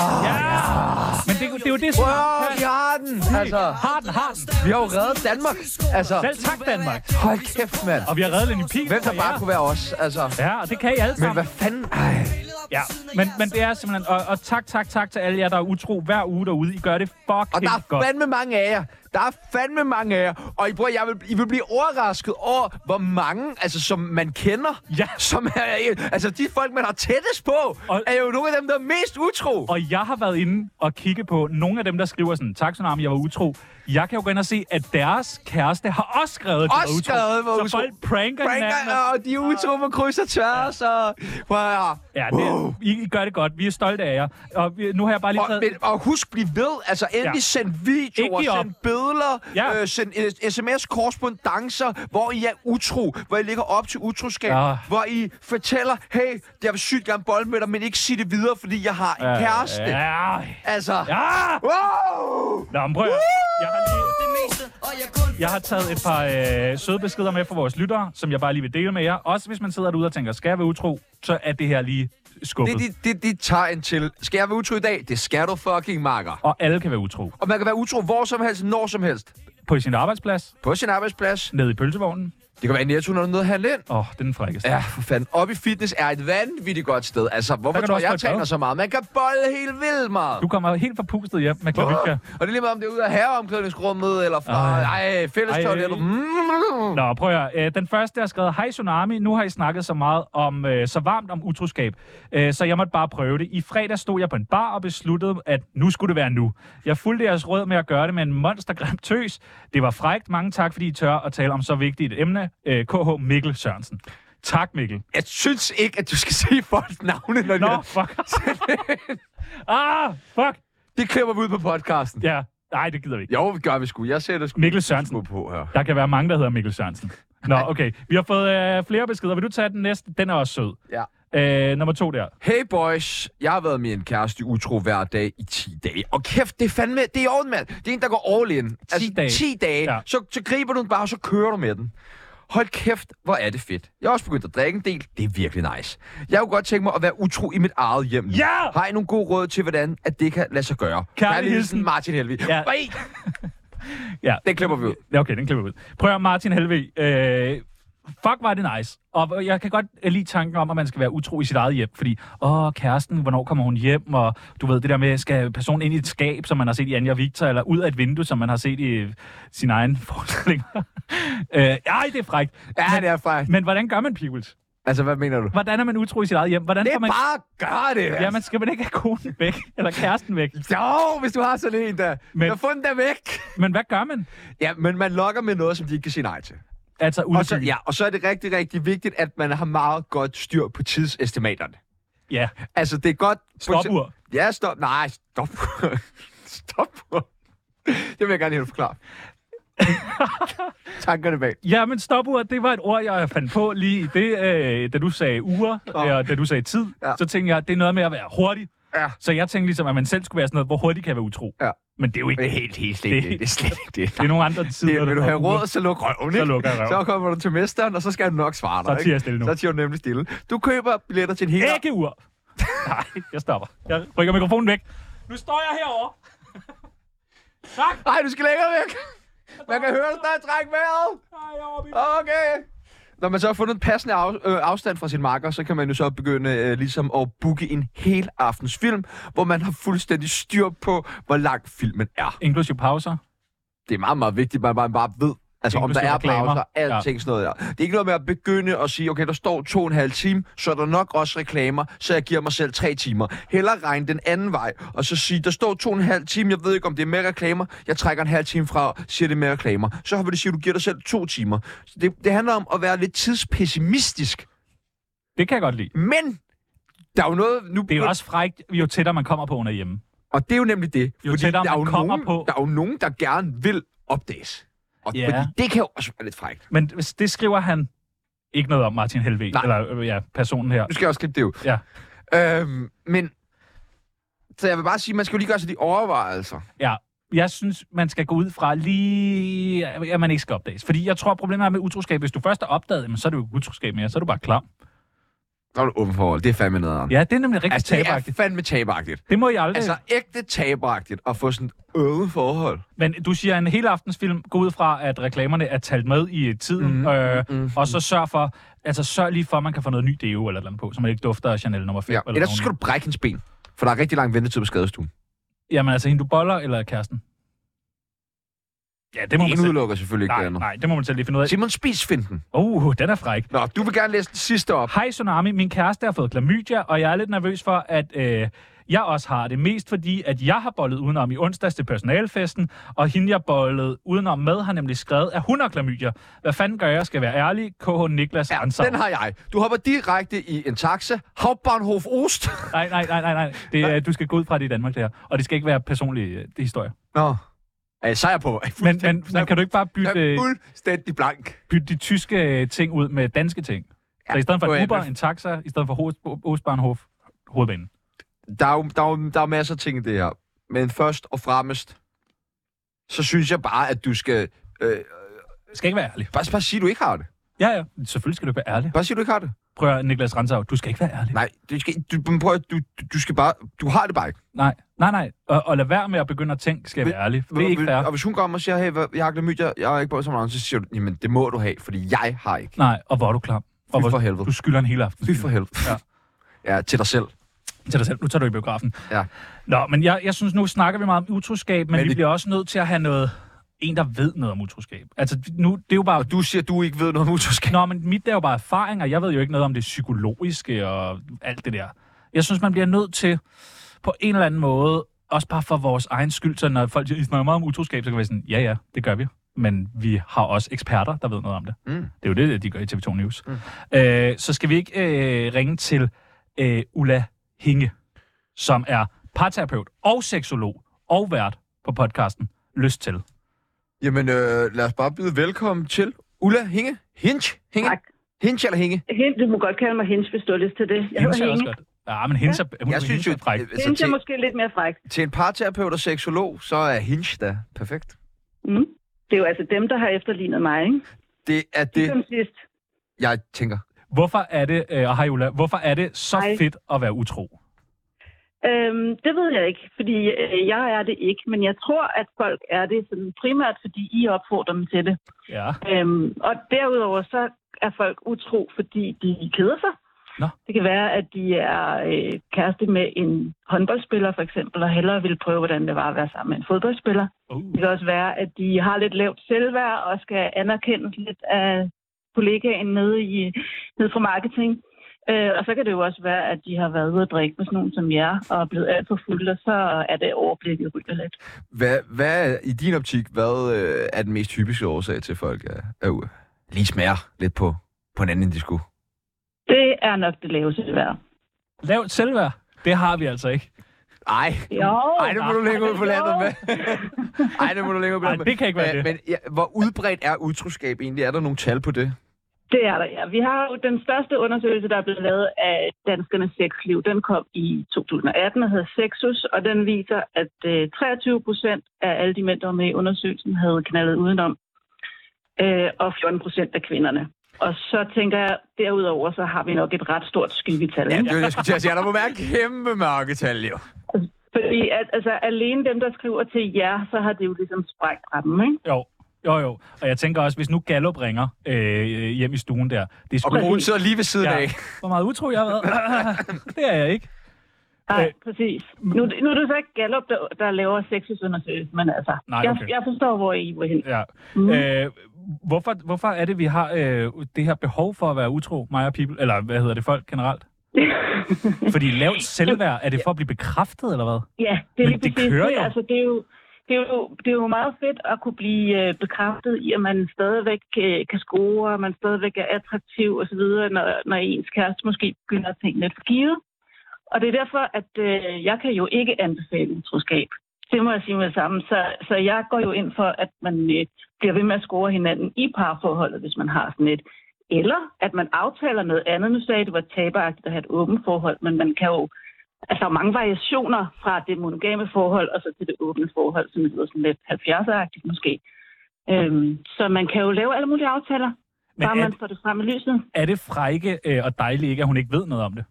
Speaker 1: Men det, det er jo det, som...
Speaker 2: wow, vi har den! Altså,
Speaker 1: har den, har den.
Speaker 2: vi har jo reddet Danmark. Altså,
Speaker 1: Selv tak, Danmark.
Speaker 2: hold kæft, mand.
Speaker 1: Og vi har reddet Lenny Pihl.
Speaker 2: Hvem der bare kunne være os, altså.
Speaker 1: Ja, og det kan I alle sammen.
Speaker 2: Men hvad fanden? Ej.
Speaker 1: Ja, men, men det er simpelthen... Og, og tak, tak, tak til alle jer, der er utro hver uge derude. I gør det fucking
Speaker 2: Og der er
Speaker 1: godt.
Speaker 2: fandme mange af jer. Der er fandme mange af jer. Og I, prøver, jeg vil, I vil blive overrasket over, hvor mange, altså, som man kender.
Speaker 1: Ja.
Speaker 2: Som er, altså, de folk, man har tættest på, og... er jo nogle af dem, der er mest utro.
Speaker 1: Og jeg har været inde og kigge på nogle af dem, der skriver sådan, tak Tsunami, jeg var utro. Jeg kan jo gå ind og se, at deres kæreste har også skrevet, at de var
Speaker 2: Også
Speaker 1: utro.
Speaker 2: skrevet, hvor
Speaker 1: så
Speaker 2: utro.
Speaker 1: folk pranker, hinanden.
Speaker 2: Pranker, og de er utro på kryds og tværs, og... Prøv at høre.
Speaker 1: Ja, det, I, I gør det godt. Vi er stolte af jer. Og vi, nu har jeg bare lige
Speaker 2: Og,
Speaker 1: taget...
Speaker 2: men, og husk, bliv ved. Altså, endelig
Speaker 1: Ja.
Speaker 2: ja. send
Speaker 1: Ikke
Speaker 2: videoer,
Speaker 1: give op.
Speaker 2: send billeder,
Speaker 1: Ja.
Speaker 2: ja. øh, send øh, sms-korrespondancer, hvor I er utro, hvor I ligger op til utroskab,
Speaker 1: Ja.
Speaker 2: ja. hvor I fortæller, hey, jeg vil sygt gerne bold med dig, men ikke sig det videre, fordi jeg har en
Speaker 1: Ja,
Speaker 2: kæreste.
Speaker 1: Ja,
Speaker 2: Altså,
Speaker 1: ja.
Speaker 2: wow!
Speaker 1: Nå, men prøv at høre. jeg har lige... Jeg har taget et par øh, søde beskeder med fra vores lyttere, som jeg bare lige vil dele med jer. Også hvis man sidder derude og tænker, skal jeg være utro, så er det her lige skubbet.
Speaker 2: Det er dit, dit, dit tegn til, skal jeg være utro i dag? Det skal du fucking, makker.
Speaker 1: Og alle kan være utro.
Speaker 2: Og man kan være utro hvor som helst, når som helst.
Speaker 1: På sin arbejdsplads,
Speaker 2: På sin arbejdsplads,
Speaker 1: nede i pølsevognen,
Speaker 2: Det kan være i Netto, når du er nede at handle ind.
Speaker 1: Åh, oh, det er den frækkeste.
Speaker 2: Ja, for fanden. Op i fitness er et vanvittigt godt sted. Altså, hvorfor
Speaker 1: Der kan du
Speaker 2: tror
Speaker 1: også
Speaker 2: jeg,
Speaker 1: godt
Speaker 2: træner
Speaker 1: bade.
Speaker 2: så meget? Man kan bolle helt vildt meget.
Speaker 1: Du kommer helt forpustet hjem med klavikker.
Speaker 2: Og det er lige meget, om det er ude af herreomklædningsrummet, eller fra...
Speaker 1: Ej.
Speaker 2: Ej, fællestoilettet.
Speaker 1: Ej.
Speaker 2: Mm.
Speaker 1: Nå, prøv at høre. Øh, Den første, der har skrevet, Hej Tsunami, nu har I snakket så meget om, øh, så varmt om utroskab, øh, så jeg måtte bare prøve det. I fredag stod jeg på en bar og besluttede, at nu skulle det være nu. Jeg fulgte jeres råd med at gøre det med en monstergrim tøs. Det var frægt. Mange tak, fordi I tør at tale om så vigtigt et emne. Øh, KH Mikkel Sørensen. Tak, Mikkel.
Speaker 2: Jeg synes ikke, at du skal se folks navne, når
Speaker 1: Nå,
Speaker 2: de...
Speaker 1: fuck. ah, fuck.
Speaker 2: Det klipper vi ud på podcasten.
Speaker 1: Ja. Nej, det gider vi ikke.
Speaker 2: Jo, det gør vi sgu. Jeg sætter sgu
Speaker 1: Mikkel Sørensen.
Speaker 2: sgu på her.
Speaker 1: Der kan være mange, der hedder Mikkel Sørensen. Nå, okay. Vi har fået øh, flere beskeder. Vil du tage den næste? Den er også sød.
Speaker 2: Ja.
Speaker 1: Øh, nummer to der.
Speaker 2: Hey boys, jeg har været med en kæreste utro hver dag i 10 dage. Og kæft, det er fandme, det er i orden, mand. Det er en, der går all in. 10
Speaker 1: dage.
Speaker 2: 10 dage. Ja. Så, så griber du den bare, og så kører du med den. Hold kæft, hvor er det fedt. Jeg har også begyndt at drikke en del. Det er virkelig nice. Jeg kunne godt tænke mig at være utro i mit eget hjem. nu.
Speaker 1: Ja!
Speaker 2: Har I nogle gode råd til, hvordan at det kan lade sig gøre?
Speaker 1: Kærlig
Speaker 2: Kærlig hilsen,
Speaker 1: hilsen.
Speaker 2: Martin Helvig.
Speaker 1: Ja.
Speaker 2: Ej!
Speaker 1: Ja.
Speaker 2: Den klipper vi ud.
Speaker 1: Ja, okay, den klipper vi ud. Prøv at høre, Martin Helve. Øh, fuck, var det nice. Og jeg kan godt øh, lide tanken om, at man skal være utro i sit eget hjem. Fordi, åh, kæresten, hvornår kommer hun hjem? Og du ved, det der med, skal personen ind i et skab, som man har set i Anja og Victor, eller ud af et vindue, som man har set i øh, sin egen forestilling. øh, ej, det er frækt.
Speaker 2: Ja, det er frækt.
Speaker 1: Men hvordan gør man, Pibbles?
Speaker 2: Altså, hvad mener du?
Speaker 1: Hvordan er man utro i sit eget hjem? Hvordan
Speaker 2: Det
Speaker 1: får
Speaker 2: er
Speaker 1: man...
Speaker 2: bare at gøre det.
Speaker 1: Ja, man skal man ikke have konen væk, eller kæresten væk.
Speaker 2: Jo, hvis du har sådan en der. Men...
Speaker 1: Men-
Speaker 2: Jeg har fundet dig væk.
Speaker 1: Men hvad gør man?
Speaker 2: Ja, men man lokker med noget, som de ikke kan sige nej til.
Speaker 1: Altså, ud
Speaker 2: Og
Speaker 1: af
Speaker 2: så,
Speaker 1: byen.
Speaker 2: ja, og så er det rigtig, rigtig vigtigt, at man har meget godt styr på tidsestimaterne.
Speaker 1: ja.
Speaker 2: Altså, det er godt...
Speaker 1: Stopur.
Speaker 2: Ja, stop. Nej, stop. stop. Det vil jeg gerne helt forklare. Tankerne bag.
Speaker 1: Ja, men stopur, det var et ord, jeg fandt på lige i det, øh, da du sagde uger, øh, og da du sagde tid.
Speaker 2: Ja.
Speaker 1: Ja. Så tænkte jeg, det er noget med at være hurtig.
Speaker 2: Ja.
Speaker 1: Så jeg tænkte ligesom, at man selv skulle være sådan noget, hvor hurtigt kan jeg være utro.
Speaker 2: Ja.
Speaker 1: Men det er jo ikke
Speaker 2: Det er helt, helt slet
Speaker 1: Det-
Speaker 2: ikke det. Det er slet ikke det.
Speaker 1: det er nogle andre tider.
Speaker 2: det,
Speaker 1: der
Speaker 2: vil du have
Speaker 1: kommer
Speaker 2: råd, så luk røven,
Speaker 1: Så
Speaker 2: ikke?
Speaker 1: lukker jeg røven.
Speaker 2: Så kommer du til mesteren, og så skal du nok svare dig,
Speaker 1: Så tiger jeg stille nu.
Speaker 2: Så tiger du nemlig stille. Du køber billetter til en hel...
Speaker 1: Æggeur! Nej, jeg stopper. Jeg rykker mikrofonen væk. Nu står jeg herovre. tak!
Speaker 2: Nej, du skal længere væk! Man kan høre dig snart trække vejret! Okay! Når man så har fundet en passende af, øh, afstand fra sin marker, så kan man jo så begynde øh, ligesom at booke en hel aftens film, hvor man har fuldstændig styr på, hvor lang filmen er.
Speaker 1: Inklusive pauser.
Speaker 2: Det er meget, meget vigtigt, at man bare ved, altså om der
Speaker 1: Inklusive
Speaker 2: er
Speaker 1: reklamer.
Speaker 2: pauser, alting sådan noget der. Det er ikke noget med at begynde at sige, okay, der står to og en halv time, så er der nok også reklamer, så jeg giver mig selv tre timer. Heller regne den anden vej, og så sige, der står to og en halv time, jeg ved ikke, om det er med reklamer, jeg trækker en halv time fra, og siger det er med reklamer. Så vil det sige, at du giver dig selv to timer. Så det, det handler om at være lidt tidspessimistisk,
Speaker 1: Det kan jeg godt lide.
Speaker 2: men der er jo noget... Nu
Speaker 1: Det er jo også frækt, jo tættere man kommer på, under hjemme.
Speaker 2: Og det er jo nemlig det.
Speaker 1: Jo
Speaker 2: fordi
Speaker 1: tættere
Speaker 2: der, er
Speaker 1: man
Speaker 2: jo
Speaker 1: kommer
Speaker 2: nogen,
Speaker 1: på-
Speaker 2: der er jo nogen, der gerne vil opdages. Og
Speaker 1: Ja.
Speaker 2: fordi det kan jo også være lidt frækt.
Speaker 1: Men hvis det skriver han ikke noget om, Martin Helve,
Speaker 2: Nej.
Speaker 1: eller øh, ja, personen her.
Speaker 2: Nu skal jeg også klippe det ud.
Speaker 1: Ja.
Speaker 2: Øhm, men... Så jeg vil bare sige, at man skal jo lige gøre sig de overvejelser.
Speaker 1: Ja, jeg synes, man skal gå ud fra lige, at man ikke skal opdages. Fordi jeg tror, problemet er med utroskab, hvis du først er opdaget, jamen, så er det jo ikke utroskab mere, så er du bare klam.
Speaker 2: Mm. Der er du åben forhold. Det er fandme noget andet.
Speaker 1: Ja, det er nemlig rigtig altså,
Speaker 2: altså, det er
Speaker 1: taberagtigt.
Speaker 2: fandme taberagtigt.
Speaker 1: Det må jeg aldrig.
Speaker 2: Altså,
Speaker 1: Altså,
Speaker 2: ægte taberagtigt at få sådan et øget forhold.
Speaker 1: Men du siger, en hele aftensfilm går ud fra, at reklamerne er talt med i tiden,
Speaker 2: Mm-hmm.
Speaker 1: mm, øh, mm, og så sørg for, altså sørg lige for, at man kan få noget ny deo eller et eller andet på, så man ikke dufter af Chanel nummer 5.
Speaker 2: Ja.
Speaker 1: Ja, eller
Speaker 2: Ellers så skal
Speaker 1: nogen.
Speaker 2: du brække hendes ben. For der er rigtig lang ventetid på skadestuen.
Speaker 1: Jamen altså, hende du boller eller kæresten? Ja, det må man
Speaker 2: en
Speaker 1: selv.
Speaker 2: udelukker selvfølgelig ikke
Speaker 1: Nej,
Speaker 2: det andet.
Speaker 1: nej, det må man selv lige finde ud af.
Speaker 2: Simon, spis finden.
Speaker 1: Uh, den er fræk.
Speaker 2: Nå, du vil gerne læse den sidste op.
Speaker 1: Hej Tsunami, min kæreste har fået klamydia, og jeg er lidt nervøs for, at øh, jeg også har det. Mest fordi, at jeg har bollet udenom i onsdags til personalfesten, og hende jeg bollede udenom med, har nemlig skrevet, at hun har klamydia. Hvad fanden gør jeg? Skal være ærlig. KH Niklas ja,
Speaker 2: Den har jeg. Du hopper direkte i en taxa. Hauptbahnhof Ost.
Speaker 1: Nej, nej, nej, nej, nej. Det, er- du skal gå ud fra det i Danmark, det her. Og det skal ikke være personlige øh, det er historier.
Speaker 2: Nå. Er sejr på? Jeg er
Speaker 1: Men,
Speaker 2: fuldstændig-
Speaker 1: men, men kan du ikke bare
Speaker 2: jeg
Speaker 1: bytte,
Speaker 2: er
Speaker 1: øh,
Speaker 2: fuldstændig blank.
Speaker 1: bytte de tyske øh, ting ud med danske ting?
Speaker 2: Ja,
Speaker 1: Så i stedet for
Speaker 2: prøv at-
Speaker 1: en Uber, en taxa, i stedet for hoved- Ostbahnhof, hovedbanen.
Speaker 2: der er, jo, der, er jo, der er masser af ting i det her. Men først og fremmest, så synes jeg bare, at du skal... Øh,
Speaker 1: Skal ikke være ærlig.
Speaker 2: bare, bare sige, at du ikke har det.
Speaker 1: Ja, ja. Selvfølgelig skal du være ærlig.
Speaker 2: Bare sige, at du ikke har det.
Speaker 1: Prøv at høre, Niklas Renshav, du skal ikke være ærlig.
Speaker 2: Nej, du skal, du, men prøv, at- du, du- du skal bare, du har det bare ikke.
Speaker 1: Nej, nej, nej. Og, og lad være med at begynde at tænke, skal jeg være ærlig. Det er ikke fair.
Speaker 2: Og hvis hun kommer og siger, hey, hvad- jeg har glemt mit, jeg, jeg har ikke brugt så meget, så siger du, jamen det må du have, fordi jeg har ikke.
Speaker 1: Nej, og hvor er du klam. Og
Speaker 2: Fy
Speaker 1: hvor,
Speaker 2: for helvede.
Speaker 1: Du skylder en hel aften.
Speaker 2: Fy for helvede.
Speaker 1: Ja.
Speaker 2: Ja, til dig selv.
Speaker 1: til dig selv. Nu tager du i biografen.
Speaker 2: Ja.
Speaker 1: Nå, men jeg, jeg synes, nu snakker vi meget om utroskab, men, men
Speaker 2: Men
Speaker 1: vi
Speaker 2: vi-
Speaker 1: bliver også nødt til at have noget... En, der ved noget om utroskab. Altså, nu, det er jo bare... Og
Speaker 2: du siger, du ikke ved noget om utroskab.
Speaker 1: Nå, men mit det er jo bare erfaring, og jeg ved jo ikke noget om det psykologiske og alt det der. Jeg synes, man bliver nødt til på en eller anden måde, også bare for vores egen skyld, så når folk siger, I snakker meget om utroskab, så kan vi være sådan, ja, ja, det gør vi. Men vi har også eksperter, der ved noget om det.
Speaker 2: Mm.
Speaker 1: Det er jo det, de gør i TV2 News. Mm. Øh, så skal vi ikke øh, ringe til øh, Ulla Hinge, som er parterapeut og seksolog og vært på podcasten Lyst til.
Speaker 2: Jamen, øh, lad os bare byde velkommen til Ulla Hinge. Hinge? Hinge? Tak. Hinge eller Hinge?
Speaker 14: Hint, du må godt kalde mig Hens, hvis du har lyst til det. Jeg
Speaker 1: Hendes er
Speaker 14: hedder
Speaker 1: også
Speaker 14: Inge.
Speaker 1: godt. Ja, men hendes er, hun,
Speaker 2: Jeg synes
Speaker 1: hendes
Speaker 2: jo,
Speaker 1: er fræk.
Speaker 2: altså,
Speaker 14: Hens er
Speaker 2: til,
Speaker 14: måske lidt mere fræk.
Speaker 2: til en parterapeut og seksolog, så er Hinge da perfekt.
Speaker 14: Mm. Det er jo altså dem, der har efterlignet mig, ikke?
Speaker 2: Det er
Speaker 14: Ligesom
Speaker 2: det,
Speaker 14: sidst.
Speaker 2: jeg tænker.
Speaker 1: Hvorfor er det, øh, og hej Ulla, hvorfor er det så hej. fedt at være utro?
Speaker 14: Øhm, det ved jeg ikke, fordi øh, jeg er det ikke, men jeg tror, at folk er det sådan primært, fordi I opfordrer dem til det.
Speaker 1: Ja.
Speaker 14: Øhm, og derudover så er folk utro, fordi de keder sig.
Speaker 1: Nå.
Speaker 14: Det kan være, at de er øh, kæreste med en håndboldspiller for eksempel, og hellere vil prøve, hvordan det var at være sammen med en fodboldspiller.
Speaker 1: Uh.
Speaker 14: Det kan også være, at de har lidt lavt selvværd og skal anerkendes lidt af kollegaen nede, i, nede fra marketing. Øh, og så kan det jo også være, at de har været ude at drikke med sådan nogen som jer, og er blevet alt for fulde, og så er det overblikket ryger lidt.
Speaker 2: Hvad, hvad er i din optik, hvad øh, er den mest typiske årsag til, at folk er, er ude? Lige smager lidt på, på en anden, end de skulle.
Speaker 14: Det er nok det lave selvværd.
Speaker 1: Lavt selvværd, det har vi altså ikke.
Speaker 2: Ej,
Speaker 14: Jo.
Speaker 2: Ej, det må du længere ud på landet med. Ej, det må du længere ud på
Speaker 1: Ej,
Speaker 2: landet med.
Speaker 1: det kan ikke være det.
Speaker 2: Øh, Men ja, hvor udbredt er utroskab egentlig? Er der nogle tal på det?
Speaker 14: Det er der, ja. Vi har jo den største undersøgelse, der er blevet lavet af danskernes sexliv. Den kom i 2018 og hedder Sexus, og den viser, at øh, 23 procent af alle de mænd, der var med i undersøgelsen, havde knaldet udenom, øh, og 14 procent af kvinderne. Og så tænker jeg, derudover så har vi nok et ret stort skyggetal.
Speaker 2: Ja,
Speaker 14: ikke?
Speaker 2: det, var- jeg skulle til at sige, der må være et kæmpe mørketal, jo.
Speaker 14: Fordi at, altså, alene dem, der skriver til jer, så har det jo ligesom sprængt rammen, ikke?
Speaker 1: Jo, jo, jo. Og jeg tænker også, hvis nu Gallup ringer øh, hjem i stuen der. Det er sgu
Speaker 2: Og konen
Speaker 1: helt-
Speaker 2: sidder lige ved siden
Speaker 1: ja.
Speaker 2: af.
Speaker 1: Hvor meget utro jeg har været. det er jeg ikke.
Speaker 14: Nej,
Speaker 1: Øh.
Speaker 14: øh. præcis. Nu, nu er det så ikke Gallup, der, der laver sexusundersøgelser, men altså,
Speaker 1: Nej, okay.
Speaker 14: jeg, jeg forstår, hvor I var hen.
Speaker 1: Ja. Mm. Øh, hvorfor, hvorfor er det, vi har øh, det her behov for at være utro, mig og people? Eller hvad hedder det, folk generelt? Fordi lavt selvværd, er det for at blive bekræftet, eller hvad?
Speaker 14: Ja, det
Speaker 1: Men
Speaker 14: er lige
Speaker 1: det
Speaker 14: præcis
Speaker 1: kører jo.
Speaker 14: Altså, det, er jo, det, er jo, det er jo meget fedt at kunne blive øh, bekræftet i, at man stadigvæk øh, kan score, og man stadigvæk er attraktiv osv., når, når ens kæreste måske begynder at tænke lidt for givet. Og det er derfor, at øh, jeg kan jo ikke anbefale utroskab. Det må jeg sige med det samme. Så, så jeg går jo ind for, at man øh, bliver ved med at score hinanden i parforholdet, hvis man har sådan et. Eller at man aftaler noget andet. Nu sagde jeg, at det var taberagtigt at have et åbent forhold, men man kan jo altså, der er mange variationer fra det monogame forhold og så til det åbne forhold, som lyder sådan lidt 70'er-agtigt måske. Øhm, så man kan jo lave alle mulige aftaler,
Speaker 1: Men
Speaker 14: men bare
Speaker 1: er
Speaker 14: man
Speaker 1: det-
Speaker 14: får det frem i lyset.
Speaker 1: Er det frække øh, og dejligt ikke, at hun ikke ved noget om det?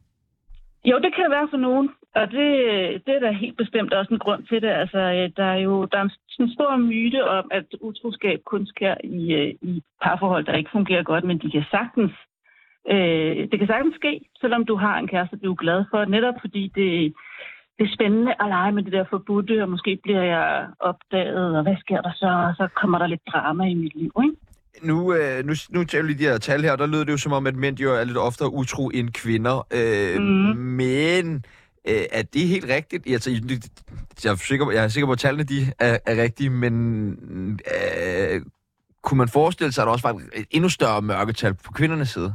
Speaker 14: Jo, det kan det være for nogen, og det, det er da helt bestemt også en grund til det. Altså, øh, der er jo der er en, sådan en stor myte om, at utroskab kun sker i, øh, i parforhold, der ikke fungerer godt, men de kan sagtens, øh, det kan sagtens ske, selvom du har en kæreste, du er glad for, netop fordi det, det er spændende at lege med det der forbudte, og måske bliver jeg opdaget, og hvad sker der så, og så kommer der lidt drama i mit liv, ikke?
Speaker 2: Nu, øh, nu, nu tager vi lige de her tal her, og der lyder det jo som om, at mænd jo er lidt oftere utro end kvinder. Øh, mm. Men øh, er det helt rigtigt? Altså, jeg, jeg, er sikker, jeg er sikker på, at tallene de er, er rigtige, men øh, kunne man forestille sig, at der også var et- et endnu større mørketal på kvindernes side?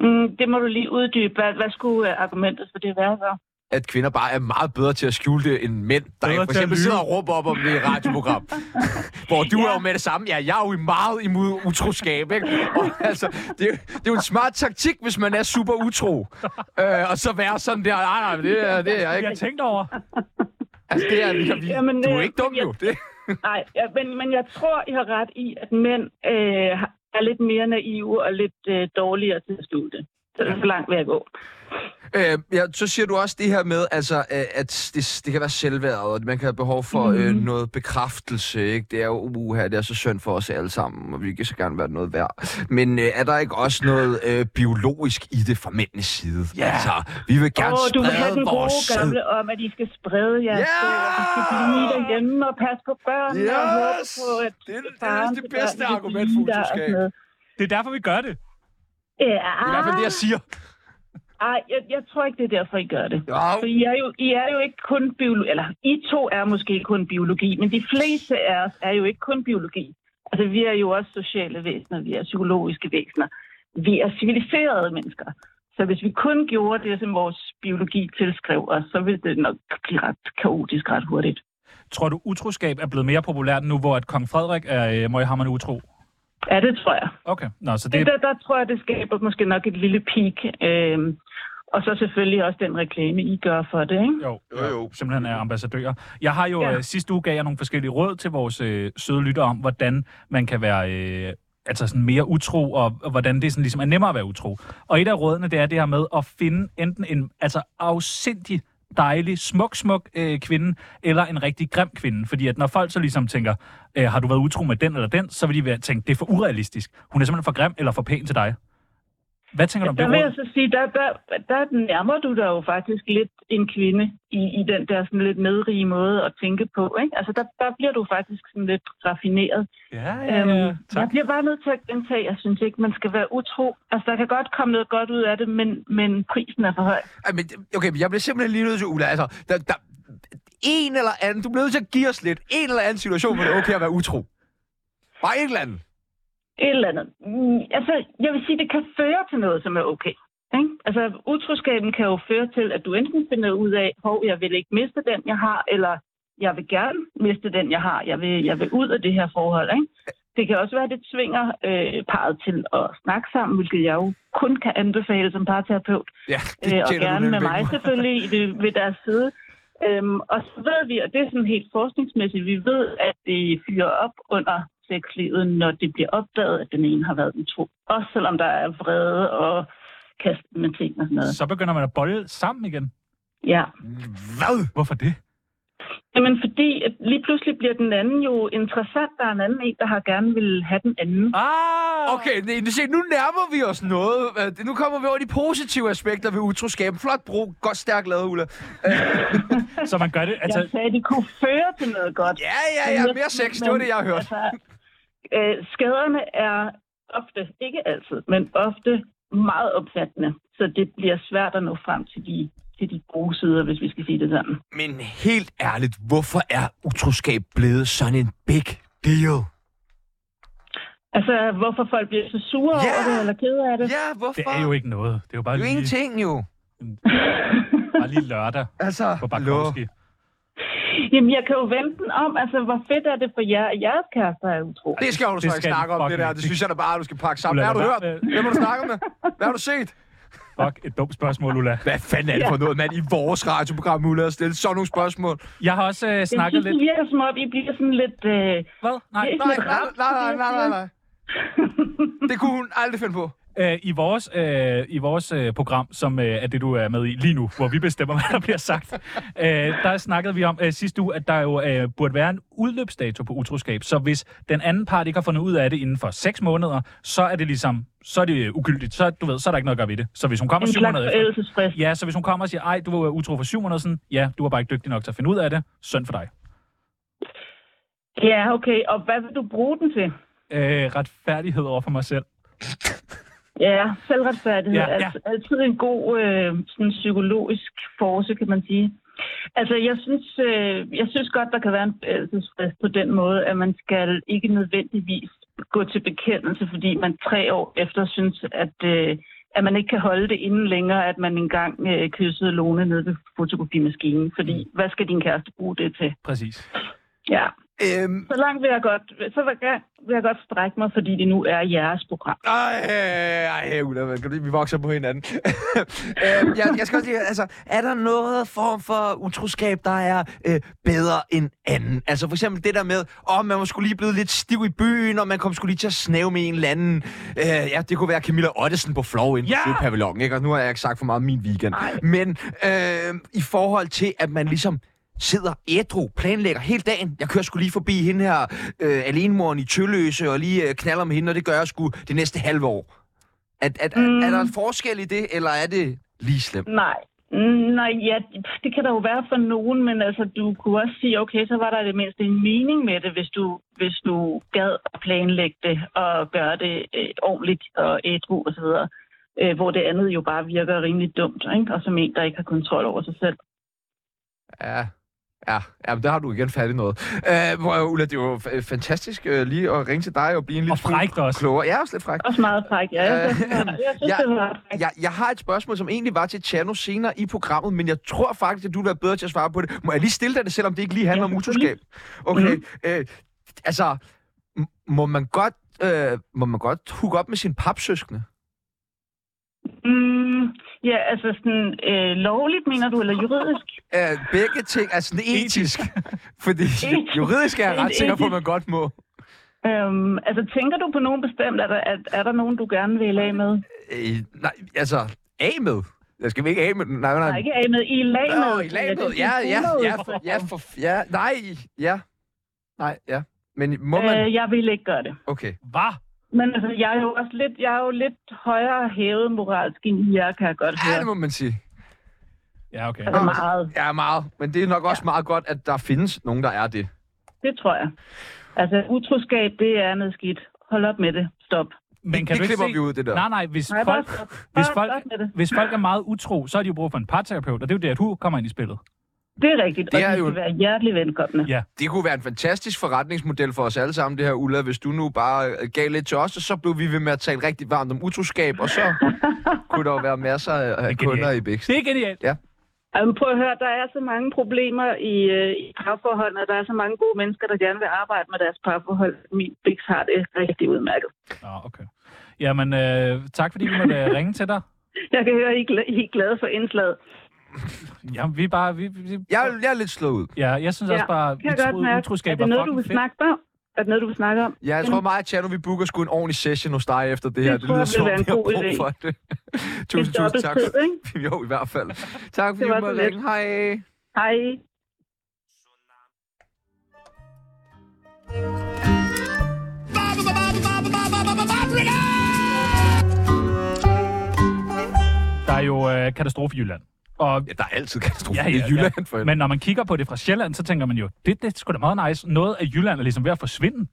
Speaker 14: Mm, det må du lige uddybe. Hvad, hvad skulle øh, argumentet for det være så?
Speaker 2: At kvinder bare er meget bedre til at skjule det end mænd, der
Speaker 1: Bedre
Speaker 2: bedre for
Speaker 1: til at
Speaker 2: eksempel
Speaker 1: lyve.
Speaker 2: sidder og råber op om det i et radioprogram. hvor du ja. er jo med det samme. Ja, jeg er jo meget imod utroskab, ikke? Og, altså, det, er jo- det er jo en smart taktik, hvis man er super utro. Øh, og så være sådan der, "Ah, nej, nej, men det er, det er jeg ikke.
Speaker 1: Jeg tænkte over.
Speaker 2: Altså, det er, vi, vi,
Speaker 14: Jamen,
Speaker 2: du er
Speaker 14: øh,
Speaker 2: ikke dum, jo. Det.
Speaker 14: Nej, ja, men, men jeg tror, I har ret i, at mænd øh, er lidt mere naive og lidt øh, dårligere til at skjule det. Så, så langt vil jeg gå.
Speaker 2: Øh, ja, så siger du også det her med, altså, øh, at det, det kan være selvværd, og at man kan have behov for mm.
Speaker 14: Mhm.
Speaker 2: øh, noget bekræftelse. Ikke? Det er jo uha, det er så synd for os alle sammen, og vi kan så gerne være noget værd. Men øh, er der ikke også noget øh, biologisk i det fra mændenes side? Ja. Altså, vi vil gerne
Speaker 14: Åh,
Speaker 2: oh,
Speaker 14: du vil have
Speaker 2: sprede
Speaker 14: den gode
Speaker 2: vores...
Speaker 14: gamle om, at I skal sprede jer yeah! selv, og I skal blive derhjemme og passe på børnene og håbe
Speaker 2: Yes!
Speaker 14: på, at
Speaker 2: det er
Speaker 14: faren til børnene vil blive der og sådan noget.
Speaker 1: Det er derfor, vi gør det.
Speaker 14: Ja.
Speaker 1: Det er i hvert fald det, jeg siger.
Speaker 14: Ej, jeg, jeg tror ikke, det er derfor, I gør det. For I er jo, I er jo ikke kun biologi, eller I to er måske kun biologi, men de fleste af os er jo ikke kun biologi. Altså, vi er jo også sociale væsener, vi er psykologiske væsener. Vi er civiliserede mennesker. Så hvis vi kun gjorde det, som vores biologi tilskrev os, så ville det nok blive ret kaotisk ret hurtigt.
Speaker 1: Tror du, utroskab er blevet mere populært nu, hvor at kong Frederik er øh, møghammerende utro?
Speaker 14: Ja, det tror jeg.
Speaker 1: Okay, Nå, så det,
Speaker 14: Det, der, der tror jeg, det skaber måske nok et lille peak. Øhm, og så selvfølgelig også den reklame, I gør for det, ikke?
Speaker 1: Jo, jo, jo. simpelthen er ambassadører. Jeg har jo
Speaker 14: Ja.
Speaker 1: ja. øh, sidste uge gav jeg nogle forskellige råd til vores øh, søde lytter om, hvordan man kan være øh, altså sådan mere utro, og, og hvordan det sådan ligesom er nemmere at være utro. Og et af rådene, det er det her med at finde enten en altså afsindig dejlig, smuk, smuk øh, kvinde, eller en rigtig grim kvinde. Fordi at når folk så ligesom tænker, øh, har du været utro med den eller den, så vil de være- tænke, det er for urealistisk. Hun er simpelthen for grim eller for pæn til dig. Hvad tænker du om
Speaker 14: Der
Speaker 1: det
Speaker 14: vil jeg
Speaker 1: råd?
Speaker 14: så sige, der, der, der nærmer du dig jo faktisk lidt en kvinde i, i den der sådan lidt nedrige måde at tænke på. Ikke? Altså der, der bliver du faktisk sådan lidt raffineret.
Speaker 1: Ja,
Speaker 14: Øhm, jeg bliver bare nødt til at gentage, jeg synes ikke, man skal være utro. Altså der kan godt komme noget godt ud af det, men, men prisen er for høj.
Speaker 2: Ej, men, okay, men jeg bliver simpelthen lige nødt til, Ulla, altså, der, der, en eller anden, du bliver nødt til at give os lidt, en eller anden situation, hvor det er okay at være utro. Bare et eller andet.
Speaker 14: Et eller andet. Mm, Altså, jeg vil sige, det kan føre til noget, som er okay. Ikke? Altså, utroskaben kan jo føre til, at du enten finder ud af, hov, jeg vil ikke miste den, jeg har, eller jeg vil gerne miste den, jeg har. Jeg vil, jeg vil ud af det her forhold. Ikke? Det kan også være, at det tvinger øh, parret til at snakke sammen, hvilket jeg jo kun kan anbefale som parterapeut.
Speaker 2: Ja,
Speaker 14: Øh, og
Speaker 2: tjener du
Speaker 14: gerne
Speaker 2: nemlig
Speaker 14: med
Speaker 2: penge
Speaker 14: mig
Speaker 2: på.
Speaker 14: selvfølgelig i det, ved deres side. Øhm, og så ved vi, og det er sådan helt forskningsmæssigt, vi ved, at det fyrer op under sexlivet, når det bliver opdaget, at den ene har været utro. Også selvom der er vrede og kast med ting og sådan noget.
Speaker 1: Så begynder man at bolle sammen igen.
Speaker 14: Ja.
Speaker 1: Hvad? Hvorfor det?
Speaker 14: Jamen fordi, at lige pludselig bliver den anden jo interessant. Der er en anden en, der har gerne vil have den anden.
Speaker 2: Ah! Okay, nej, se, nu nærmer vi os noget. Øh, det- Nu kommer vi over de positive aspekter ved utroskaben. Flot brug, godt stærkt lavet, Ulla. Øh,
Speaker 1: Så man gør det,
Speaker 14: Altså... Jeg sagde, at det kunne føre til noget godt.
Speaker 2: Ja, ja, ja, mere sex, det var det, jeg hørte.
Speaker 14: Altså, øh, skaderne er ofte, ikke altid, men ofte meget opfattende. Så det bliver svært at nå frem til de, til de gode sider, hvis vi skal sige det sådan.
Speaker 2: men helt ærligt, hvorfor er utroskab blevet sådan en big deal?
Speaker 14: Altså, hvorfor folk bliver så sure
Speaker 2: Ja!
Speaker 14: yeah! over det, eller kede af det.
Speaker 2: Ja, hvorfor?
Speaker 1: Det er jo ikke noget. Det er jo bare
Speaker 2: Det er jo
Speaker 1: lige,
Speaker 2: ingenting, jo.
Speaker 1: bare lige lørdag
Speaker 2: altså,
Speaker 1: på Bakowski.
Speaker 14: Jamen, jeg kan jo vente den om. Altså, hvor fedt er det for jer, at jeres kærester er utro?
Speaker 2: Det skal du så ikke snakke om, det der. Det synes jeg da bare, du skal pakke sammen. Hvad
Speaker 1: Ulla,
Speaker 2: har du
Speaker 1: lad
Speaker 2: hørt?
Speaker 1: være
Speaker 2: Hvem har du snakket med? Hvad har du set?
Speaker 1: Fuck, et dumt spørgsmål, Ulla.
Speaker 2: Hvad fanden er det for noget, mand, i vores radioprogram, Ulla, at stille sådan nogle spørgsmål?
Speaker 1: Jeg har også øh,
Speaker 14: Jeg
Speaker 1: snakket
Speaker 14: synes,
Speaker 1: lidt...
Speaker 14: det virker som om, I bliver sådan lidt... Øh,
Speaker 1: Hvad? Nej,
Speaker 14: det er
Speaker 2: Nej,
Speaker 14: sådan
Speaker 2: nej,
Speaker 14: lidt-
Speaker 2: nej, nej, nej, nej, nej. Det kunne hun aldrig finde på.
Speaker 1: Øh, I vores, øh, i vores øh, program, som øh, er det, du er med i lige nu, hvor vi bestemmer, hvad der bliver sagt, øh, der snakkede vi om øh, sidste uge, at der jo øh, burde være en udløbsdato på utroskab. Så hvis den anden part ikke har fundet ud af det inden for 6 måneder, så er det ligesom, så er det øh, ugyldigt. Så, du ved, så er der ikke noget at gøre ved det. Så hvis hun kommer
Speaker 14: En
Speaker 1: 7
Speaker 14: slags
Speaker 1: måneder
Speaker 14: forældelsesfrist.
Speaker 1: Ja, så hvis hun kommer og siger, ej, du var utro for 7 måneder siden, ja, du var bare ikke dygtig nok til at finde ud af det. Synd for dig.
Speaker 14: Ja, okay. Og hvad vil du bruge den til?
Speaker 1: Øh, retfærdighed over for mig selv.
Speaker 14: Ja, selvretfærdighed
Speaker 1: Ja,
Speaker 14: ja,
Speaker 1: ja.
Speaker 14: ja. er altid en god øh, sådan psykologisk force, kan man sige. Altså, jeg synes, øh, jeg synes godt, der kan være en forældelsesfrist på den måde, at man skal ikke nødvendigvis gå til bekendelse, fordi man tre år efter synes, at, øh, at man ikke kan holde det inden længere, at man engang øh, kyssede
Speaker 1: Mm.
Speaker 14: Lone nede ved fotokopimaskinen. Fordi, hvad skal din kæreste bruge det til?
Speaker 1: Præcis.
Speaker 14: Ja,
Speaker 2: Øhm...
Speaker 14: Så langt vil jeg, godt, så vil jeg, vil jeg godt strække mig, fordi det nu er jeres program.
Speaker 2: Ej, ej, Ulla, man, kan du lide, vi vokser på hinanden. øhm, jeg, jeg skal også lige, høre, altså, er der noget form for utroskab, der er øh, bedre end anden? Altså for eksempel det der med, åh, man var skulle lige blevet lidt stiv i byen, og man kom skulle lige til at snæve med en eller anden. Øh, ja, det kunne være Camilla Ottesen på Flow inde
Speaker 1: Ja!
Speaker 2: ja! på pavillon, ikke? Og nu har jeg ikke sagt for meget om min weekend. Ej. Men øh, i forhold til, at man ligesom sidder ædru, planlægger hele dagen. Jeg kører skulle lige forbi hende her, øh, alenemoren i Tølløse, og lige øh, knaller med hende, og det gør jeg sgu det næste halve år. At, at, mm. er, er der en forskel i det, eller er det lige slemt?
Speaker 14: Nej. Mm, Nej, ja, det kan der jo være for nogen, men altså, du kunne også sige, okay, så var der i det mindste en mening med det, hvis du, hvis du gad at planlægge det og gøre det øh, ordentligt og ædru og så videre. Øh, hvor det andet jo bare virker rimelig dumt, ikke? og som en, der ikke har kontrol over sig selv.
Speaker 2: Ja. Ja, ja men der har du igen fat i noget. Øh, hvor, Ulla, det var f- fantastisk øh, lige at ringe til dig og blive en lille
Speaker 1: frækt også.
Speaker 2: klogere. Ja, også lidt fræk.
Speaker 14: Også meget fræk, ja. Jeg,
Speaker 2: Øh,
Speaker 14: synes, det var- jeg synes,
Speaker 2: jeg,
Speaker 14: det var ret
Speaker 2: jeg, jeg har et spørgsmål, som egentlig var til Tjerno senere i programmet, men jeg tror faktisk, at du vil være bedre til at svare på det. Må jeg lige stille dig det, selvom det ikke lige handler om utroskab? Okay,
Speaker 14: Mhm.
Speaker 2: øh, altså, m- må man godt, øh, må man godt hooke op med sine papsøskende?
Speaker 14: Mm, ja, altså sådan øh, lovligt, mener du, eller juridisk?
Speaker 2: Øh, begge ting, altså sådan etisk. Fordi
Speaker 14: Etisk.
Speaker 2: juridisk er jeg ret
Speaker 14: Rent
Speaker 2: sikker på, at
Speaker 14: etisk.
Speaker 2: man godt må.
Speaker 14: Øhm, altså, tænker du på nogen bestemt? Er der, er, er der nogen, du gerne vil af med?
Speaker 2: Øh, nej, altså, af med. Jeg skal vi ikke af med den? Nej, nej.
Speaker 14: Nej, ikke af med. I er lag med. altså,
Speaker 2: Nå, i lag med. Ja, ja, ja, for, ja, for, ja, nej, ja. Nej, ja. Men må man...
Speaker 14: Øh, jeg vil ikke gøre det.
Speaker 2: Okay.
Speaker 1: Hvad?
Speaker 14: Men altså, jeg er jo også lidt, jeg er jo lidt højere hævet moralsk end jer, kan jeg godt
Speaker 2: Ja,
Speaker 14: høre.
Speaker 2: det må man sige.
Speaker 1: Ja, okay.
Speaker 14: Altså meget.
Speaker 2: Ja, meget. Men det er nok også meget godt, at der findes nogen, der er det.
Speaker 14: Det tror jeg. Altså, utroskab, det er noget skidt. Hold op med det. Stop.
Speaker 1: Men kan
Speaker 2: det
Speaker 1: du ikke
Speaker 2: klipper
Speaker 1: se...
Speaker 2: vi ud, det der.
Speaker 1: Nej, nej, hvis
Speaker 14: Nej, bare
Speaker 1: folk...
Speaker 14: stop.
Speaker 1: Hvis
Speaker 14: Bare
Speaker 1: folk,
Speaker 14: stop med det.
Speaker 1: hvis folk er meget utro, så har de jo brug for en parterapeut, og det er jo det, at du kommer ind i spillet.
Speaker 14: Det er rigtigt,
Speaker 2: Det
Speaker 14: det
Speaker 2: er
Speaker 14: er og de
Speaker 2: jo-
Speaker 14: skal være hjertelig velkomne.
Speaker 1: Ja.
Speaker 2: Det kunne være en fantastisk forretningsmodel for os alle sammen, det her, Ulla. Hvis du nu bare øh, gav lidt til os, og så blev vi ved med at tale rigtig varmt om utroskab, og så kunne der jo være masser af af
Speaker 1: genialt.
Speaker 2: kunder i Bix.
Speaker 1: Det er genialt.
Speaker 14: Jamen, prøv at høre, der er så mange problemer i, øh, i parforhold, og der er så mange gode mennesker, der gerne vil arbejde med deres parforhold. Min Bix har det rigtig udmærket.
Speaker 1: Nå, okay. Jamen, øh, tak fordi vi måtte øh, ringe til dig.
Speaker 14: Jeg kan høre, I er gla- I er glade for indslaget.
Speaker 1: Jamen, vi er bare... Vi, vi,
Speaker 2: Jeg, er- jeg er lidt slået ud.
Speaker 1: ja, jeg synes også bare,
Speaker 14: kan jeg godt
Speaker 1: utro,
Speaker 14: mærke. Er
Speaker 1: utroskab
Speaker 14: det
Speaker 1: var
Speaker 14: noget, du
Speaker 1: fucking
Speaker 14: vil
Speaker 1: fedt.
Speaker 14: snakke om? Er det noget, du vil snakke om?
Speaker 2: Ja, jeg tror mig og Tjerno, vi booker sgu en ordentlig session hos dig efter det her.
Speaker 14: Det
Speaker 2: Det,
Speaker 14: tror
Speaker 2: lyder
Speaker 14: jeg
Speaker 2: som,
Speaker 14: vil
Speaker 2: om,
Speaker 14: være
Speaker 2: vi
Speaker 14: en
Speaker 2: har
Speaker 14: god
Speaker 2: brug
Speaker 14: idé.
Speaker 2: for det. tusind,
Speaker 14: Det er
Speaker 2: tusind tak.
Speaker 14: dobbelt tid, ikke?
Speaker 2: Jo, i hvert fald. Tak fordi du
Speaker 14: Det var så
Speaker 2: måtte
Speaker 14: lidt.
Speaker 2: ringe. Hej.
Speaker 14: Hej.
Speaker 1: Der er jo øh, katastrofe i Jylland. Og
Speaker 2: Ja, der er altid katastrofe ja, ja, i Jylland. For helvede.
Speaker 1: Men når man kigger på det fra Sjælland, så tænker man jo, det, det er sgu da meget nice. Noget af Jylland er ligesom ved at forsvinde.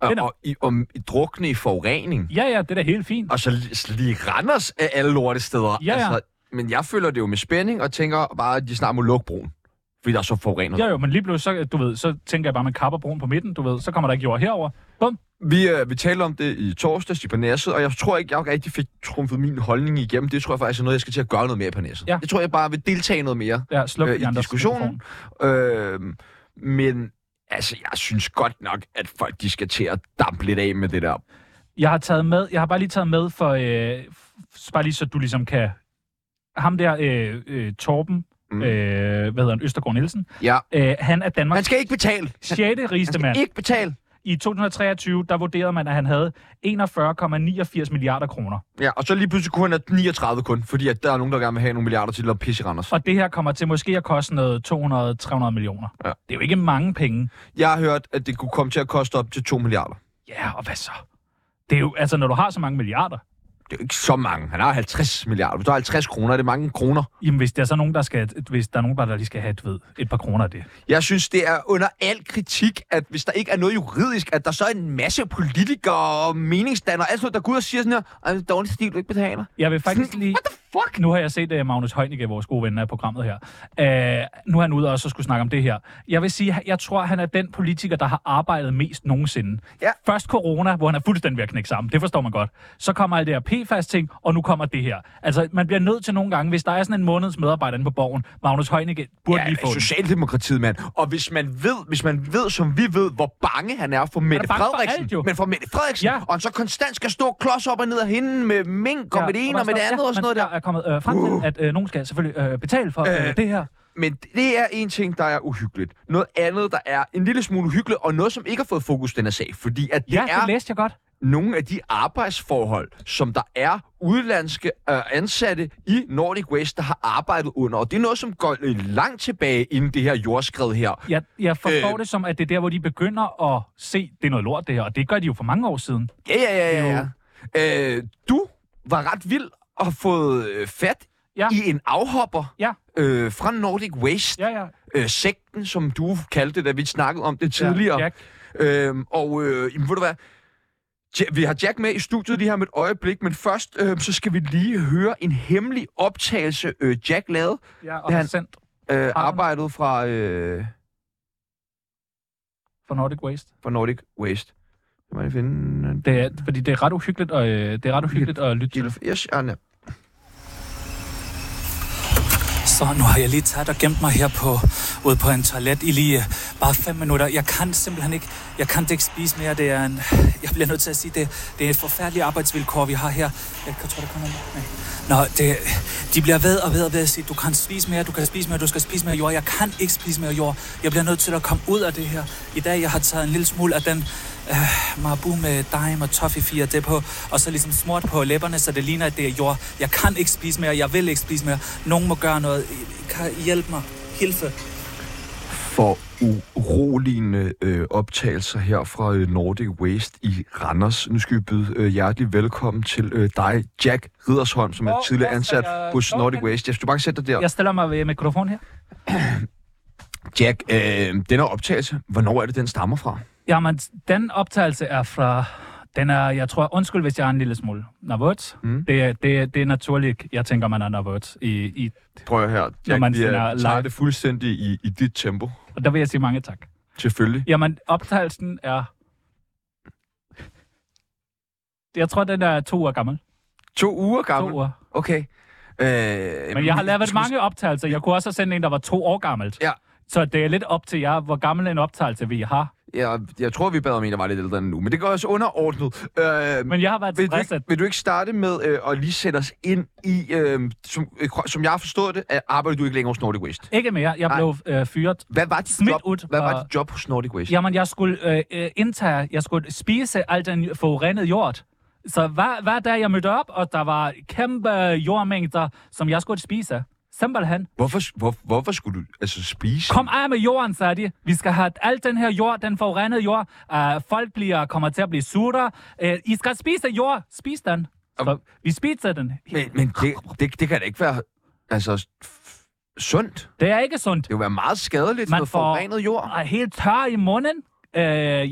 Speaker 2: Og,
Speaker 1: Den er-
Speaker 2: og, i, om i drukne i forurening.
Speaker 1: Ja, ja, det er da helt fint.
Speaker 2: Og så li- så lige Randers af alle lortesteder.
Speaker 1: Ja, ja.
Speaker 2: men jeg føler det jo med spænding, og tænker bare, at de snart må lukke broen. Fordi der er så forurenet.
Speaker 1: Ja, jo, men lige pludselig, så, du ved, så tænker jeg bare, man kapper broen på midten, du ved, så kommer der ikke jord herover. Bum.
Speaker 2: Vi, øh, vi talte om det i torsdags i Parnasset, og jeg tror ikke, jeg rigtig fik trumfet min holdning igennem. Det tror jeg faktisk er noget, jeg skal til at gøre noget mere på Parnasset.
Speaker 1: Ja.
Speaker 2: Det tror jeg bare vil deltage noget mere
Speaker 1: Ja, sluk
Speaker 2: øh,
Speaker 1: de
Speaker 2: i
Speaker 1: andres
Speaker 2: diskussionen. Øh, men altså, jeg synes godt nok, at folk de skal til at dampe lidt af med det der.
Speaker 1: Jeg har taget med, jeg har bare lige taget med for, øh, f- bare lige så du ligesom kan, ham der, øh, øh, Torben,
Speaker 2: Mm.
Speaker 1: mm. øh, hvad hedder han, Østergaard Nielsen,
Speaker 2: Ja.
Speaker 1: øh, han er Danmarks
Speaker 2: Man skal ikke betale.
Speaker 1: 6.
Speaker 2: Man
Speaker 1: rigeste
Speaker 2: skal
Speaker 1: mand.
Speaker 2: ikke betale.
Speaker 1: I 2023, der vurderede man, at han havde 41,89 milliarder kroner.
Speaker 2: Ja, og så lige pludselig kunne han have 39 kun, fordi at der er nogen, der gerne vil have nogle milliarder til at pisse i Randers.
Speaker 1: Og det her kommer til måske at koste noget 200-300 millioner.
Speaker 2: Ja.
Speaker 1: Det er jo ikke mange penge.
Speaker 2: Jeg har hørt, at det kunne komme til at koste op til 2 milliarder.
Speaker 1: Ja, og hvad så? Det er jo, altså, når du har så mange milliarder,
Speaker 2: Det er jo ikke så mange. Han har 50 milliarder. Hvis du har 50 kroner, er det mange kroner.
Speaker 1: jamen, hvis der er så nogen, der skal, hvis der er nogen, der lige skal have, du ved, et par kroner af det.
Speaker 2: Jeg synes, det er under al kritik, at hvis der ikke er noget juridisk, at der så er en masse politikere og meningsdannere, altså der går ud og siger sådan her, at det er dårlig stil, du ikke betaler.
Speaker 1: Jeg vil faktisk lige...
Speaker 2: What the fuck?
Speaker 1: Nu har jeg set uh, Magnus Heunicke, vores gode ven af programmet her. Uh, nu er han ude også og skulle snakke om det her. Jeg vil sige, jeg tror, han er den politiker, der har arbejdet mest nogensinde.
Speaker 2: Ja.
Speaker 1: Først corona, hvor han er fuldstændig ved at knække sammen. Det forstår man godt. Så kommer alt det her PFAS-ting, og nu kommer det her. Altså, man bliver nødt til nogle gange, hvis der er sådan en måneds medarbejder inde på borgen, Magnus Heunicke burde
Speaker 2: Ja, altså,
Speaker 1: lige få den.
Speaker 2: Socialdemokratiet, mand. Og hvis man ved, hvis man ved, som vi ved, hvor bange han er for Mette
Speaker 1: bange for
Speaker 2: Frederiksen.
Speaker 1: alt, jo.
Speaker 2: men for Mette Frederiksen. Ja. Og han så konstant skal stå klods op og ned af hende med mink og ja, med det ene og med det andet og sådan noget der. Uh.
Speaker 1: der. er kommet øh, frem til, at øh, nogen skal selvfølgelig øh, betale for øh,
Speaker 2: Øh,
Speaker 1: det her.
Speaker 2: Men det er en ting, der er uhyggeligt. Noget andet, der er en lille smule uhyggeligt, og noget, som ikke har fået fokus den her sag. Fordi at det
Speaker 1: Ja,
Speaker 2: er
Speaker 1: det læste jeg godt.
Speaker 2: nogle af de arbejdsforhold, som der er udlandske øh, ansatte i Nordic Waste, der har arbejdet under. Og det er noget, som går øh, langt tilbage inden det her jordskred her.
Speaker 1: Jeg, jeg forstår
Speaker 2: Øh.
Speaker 1: øh, det som, at det er der, hvor de begynder at se, det er noget lort det her, og det gør de jo for mange år siden.
Speaker 2: Ja, ja, ja, ja. ja. Øh, du var ret vild og har fået øh, fat
Speaker 1: ja.
Speaker 2: i en afhopper
Speaker 1: ja.
Speaker 2: øh, fra Nordic Waste.
Speaker 1: Ja, ja.
Speaker 2: Øh, sekten, som du kaldte det, da vi snakkede om det tidligere.
Speaker 1: Jack.
Speaker 2: Øhm, og øh, jamen, ved du hvad? Ja, vi har Jack med i studiet lige her med et øjeblik, men først øh, så skal vi lige høre en hemmelig optagelse, øh, Jack lavede.
Speaker 1: Ja, og
Speaker 2: da
Speaker 1: han sendt
Speaker 2: øh, arbejdede fra, øh,
Speaker 1: for Nordic Waste.
Speaker 2: fra Nordic Waste. Kan man finde...
Speaker 1: Det er, fordi det er ret uhyggeligt, og, øh, det er ret uhyggeligt at lytte til.
Speaker 2: Yes, Anna.
Speaker 15: Så nu har jeg lige taget og gemt mig her på, ude på en toilet i lige øh, bare fem minutter. Jeg kan simpelthen ikke, jeg kan det ikke spise mere. Det er en, jeg bliver nødt til at sige, det, det er et forfærdeligt arbejdsvilkår, vi har her. Øh, Jeg kan tror, der kommer noget. Nej. Nå, det, de bliver ved og ved og ved at sige, du kan spise mere, du kan spise mere, du skal spise mere jord. Jeg kan ikke spise mere jord. Jeg bliver nødt til at komme ud af det her. I dag jeg har taget en lille smule af den øh, marabu med dime og toffifee og det på, og så ligesom smurt på læberne, så det ligner, at det er jord. Jeg kan ikke spise mere, jeg vil ikke spise mere. Nogen må gøre noget. I- Kan I hjælpe mig? Hilfe.
Speaker 2: For uroligende øh, optagelser her fra øh, Nordic Waste i Randers. Nu skal vi byde øh, hjertelig velkommen til øh, dig, Jack Ridersholm, som er
Speaker 1: Hvor-
Speaker 2: tidligere
Speaker 1: hvor
Speaker 2: ansat
Speaker 1: skal jeg
Speaker 2: hos
Speaker 1: stå
Speaker 2: Nordic
Speaker 1: henne?
Speaker 2: Waste. Jeg skal du bare sætte dig der.
Speaker 1: Jeg stiller mig ved mikrofonen her.
Speaker 2: Jack, øh, den her optagelse, hvornår er det, den stammer fra?
Speaker 1: Jamen, den optagelse er fra... Den er, jeg tror, undskyld, hvis jeg er en lille smule nervøs. Mm. Det, er- det, er- det er naturligt, jeg tænker, man er nervøs i, i
Speaker 2: Prøv at høre,
Speaker 1: når
Speaker 2: Jack,
Speaker 1: man
Speaker 2: vi øh,
Speaker 1: sender
Speaker 2: tager
Speaker 1: live.
Speaker 2: det fuldstændig i, i dit tempo.
Speaker 1: Og der vil jeg sige mange tak.
Speaker 2: Selvfølgelig.
Speaker 1: Jamen, optagelsen er... Jeg tror, den er to uger gammel.
Speaker 2: To uger gammel?
Speaker 1: To uger.
Speaker 2: Okay. Øh,
Speaker 1: Men jeg har
Speaker 2: vi-
Speaker 1: lavet
Speaker 2: skulle-
Speaker 1: mange optagelser. Jeg kunne også have sendt en, der var to år gammelt.
Speaker 2: Ja.
Speaker 1: Så det er lidt op til jer, hvor gammel en optagelse vi har.
Speaker 2: Jeg, jeg tror, vi bad om en, der var lidt ældre end nu, men det går også underordnet. Øh,
Speaker 1: Men jeg har været
Speaker 2: vil du,
Speaker 1: tilfreds,
Speaker 2: ikke, vil du ikke starte med øh, at lige sætte os ind i, øh, som, øh, som jeg har forstået det, at arbejder du ikke længere hos Nordic Waste?
Speaker 1: Ikke mere. Jeg blev øh, fyret.
Speaker 2: Hvad var dit
Speaker 1: Smidt
Speaker 2: job,
Speaker 1: ud
Speaker 2: hvad var
Speaker 1: fra-
Speaker 2: dit job hos Nordic Waste?
Speaker 1: Jamen, jeg skulle øh, øh, indtage, jeg skulle spise al den forurenede jord. Så hver, hver dag, jeg mødte op, og der var kæmpe jordmængder, som jeg skulle spise. Simpelthen.
Speaker 2: Hvorfor, hvor, hvorfor skulle du altså spise?
Speaker 1: Kom af med jorden, sagde de. Vi skal have al den her jord, den forurenede jord. Uh, folk bliver, kommer til at blive sure. Uh, I skal spise jord. Spis den. Så vi spiser den.
Speaker 2: Men, men det, det, det kan da ikke være altså, f- sundt.
Speaker 1: Det er ikke sundt.
Speaker 2: Det vil være meget skadeligt med forurenet jord.
Speaker 1: er helt tør i munden. Øh,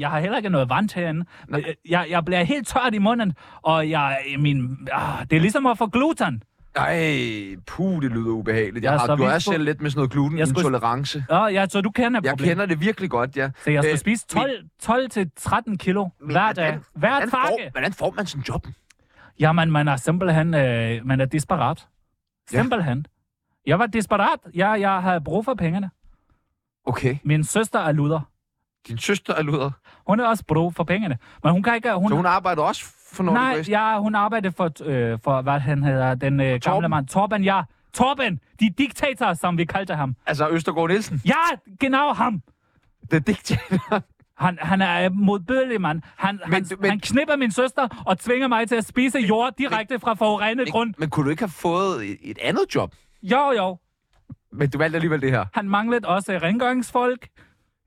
Speaker 1: jeg har heller ikke noget vand herinde. Øh, Jeg, jeg bliver helt tørt i munden, og jeg, min, ah, det er ligesom at få gluten.
Speaker 2: Ej, puh, det lyder ubehageligt. Jeg
Speaker 1: Ja,
Speaker 2: har,
Speaker 1: så
Speaker 2: du
Speaker 1: vi
Speaker 2: er
Speaker 1: skulle-
Speaker 2: selv lidt med sådan noget
Speaker 1: Jeg skulle-
Speaker 2: glutenintolerance.
Speaker 1: Ja, ja, så du kender
Speaker 2: Jeg
Speaker 1: problemet.
Speaker 2: kender det virkelig godt, ja.
Speaker 1: Så jeg skal
Speaker 2: Øh,
Speaker 1: spise
Speaker 2: men
Speaker 1: 12, 12 til 13 kilo hver dag. Hver
Speaker 2: Hvordan får,
Speaker 1: takke.
Speaker 2: hvordan får man sådan en job?
Speaker 1: Jamen, man er simpelthen øh, man er desperat.
Speaker 2: Ja.
Speaker 1: Simpelthen. Jeg var desperat. Jeg, jeg havde brug for pengene.
Speaker 2: Okay.
Speaker 1: Min søster er luder.
Speaker 2: Din søster er luder?
Speaker 1: Hun har også brug for pengene. Men hun kan ikke... Hun,
Speaker 2: Så hun arbejder også for Nordic
Speaker 1: Nej,
Speaker 2: Waste?
Speaker 1: ja, hun arbejder for, øh, for hvad han hedder, den øh, gamle mand. Torben, ja. Torben, de diktator, som vi kaldte ham.
Speaker 2: Altså Østergaard Nielsen?
Speaker 1: Ja, genau ham.
Speaker 2: Det diktator.
Speaker 1: Han, han er øh, modbydelig, mand. Han, men, han, men, han knipper min søster og tvinger mig til at spise jord direkte fra forurenet grund.
Speaker 2: Men kunne du ikke have fået et, et andet job?
Speaker 1: Jo, jo.
Speaker 2: Men du valgte alligevel det her.
Speaker 1: Han manglede også rengøringsfolk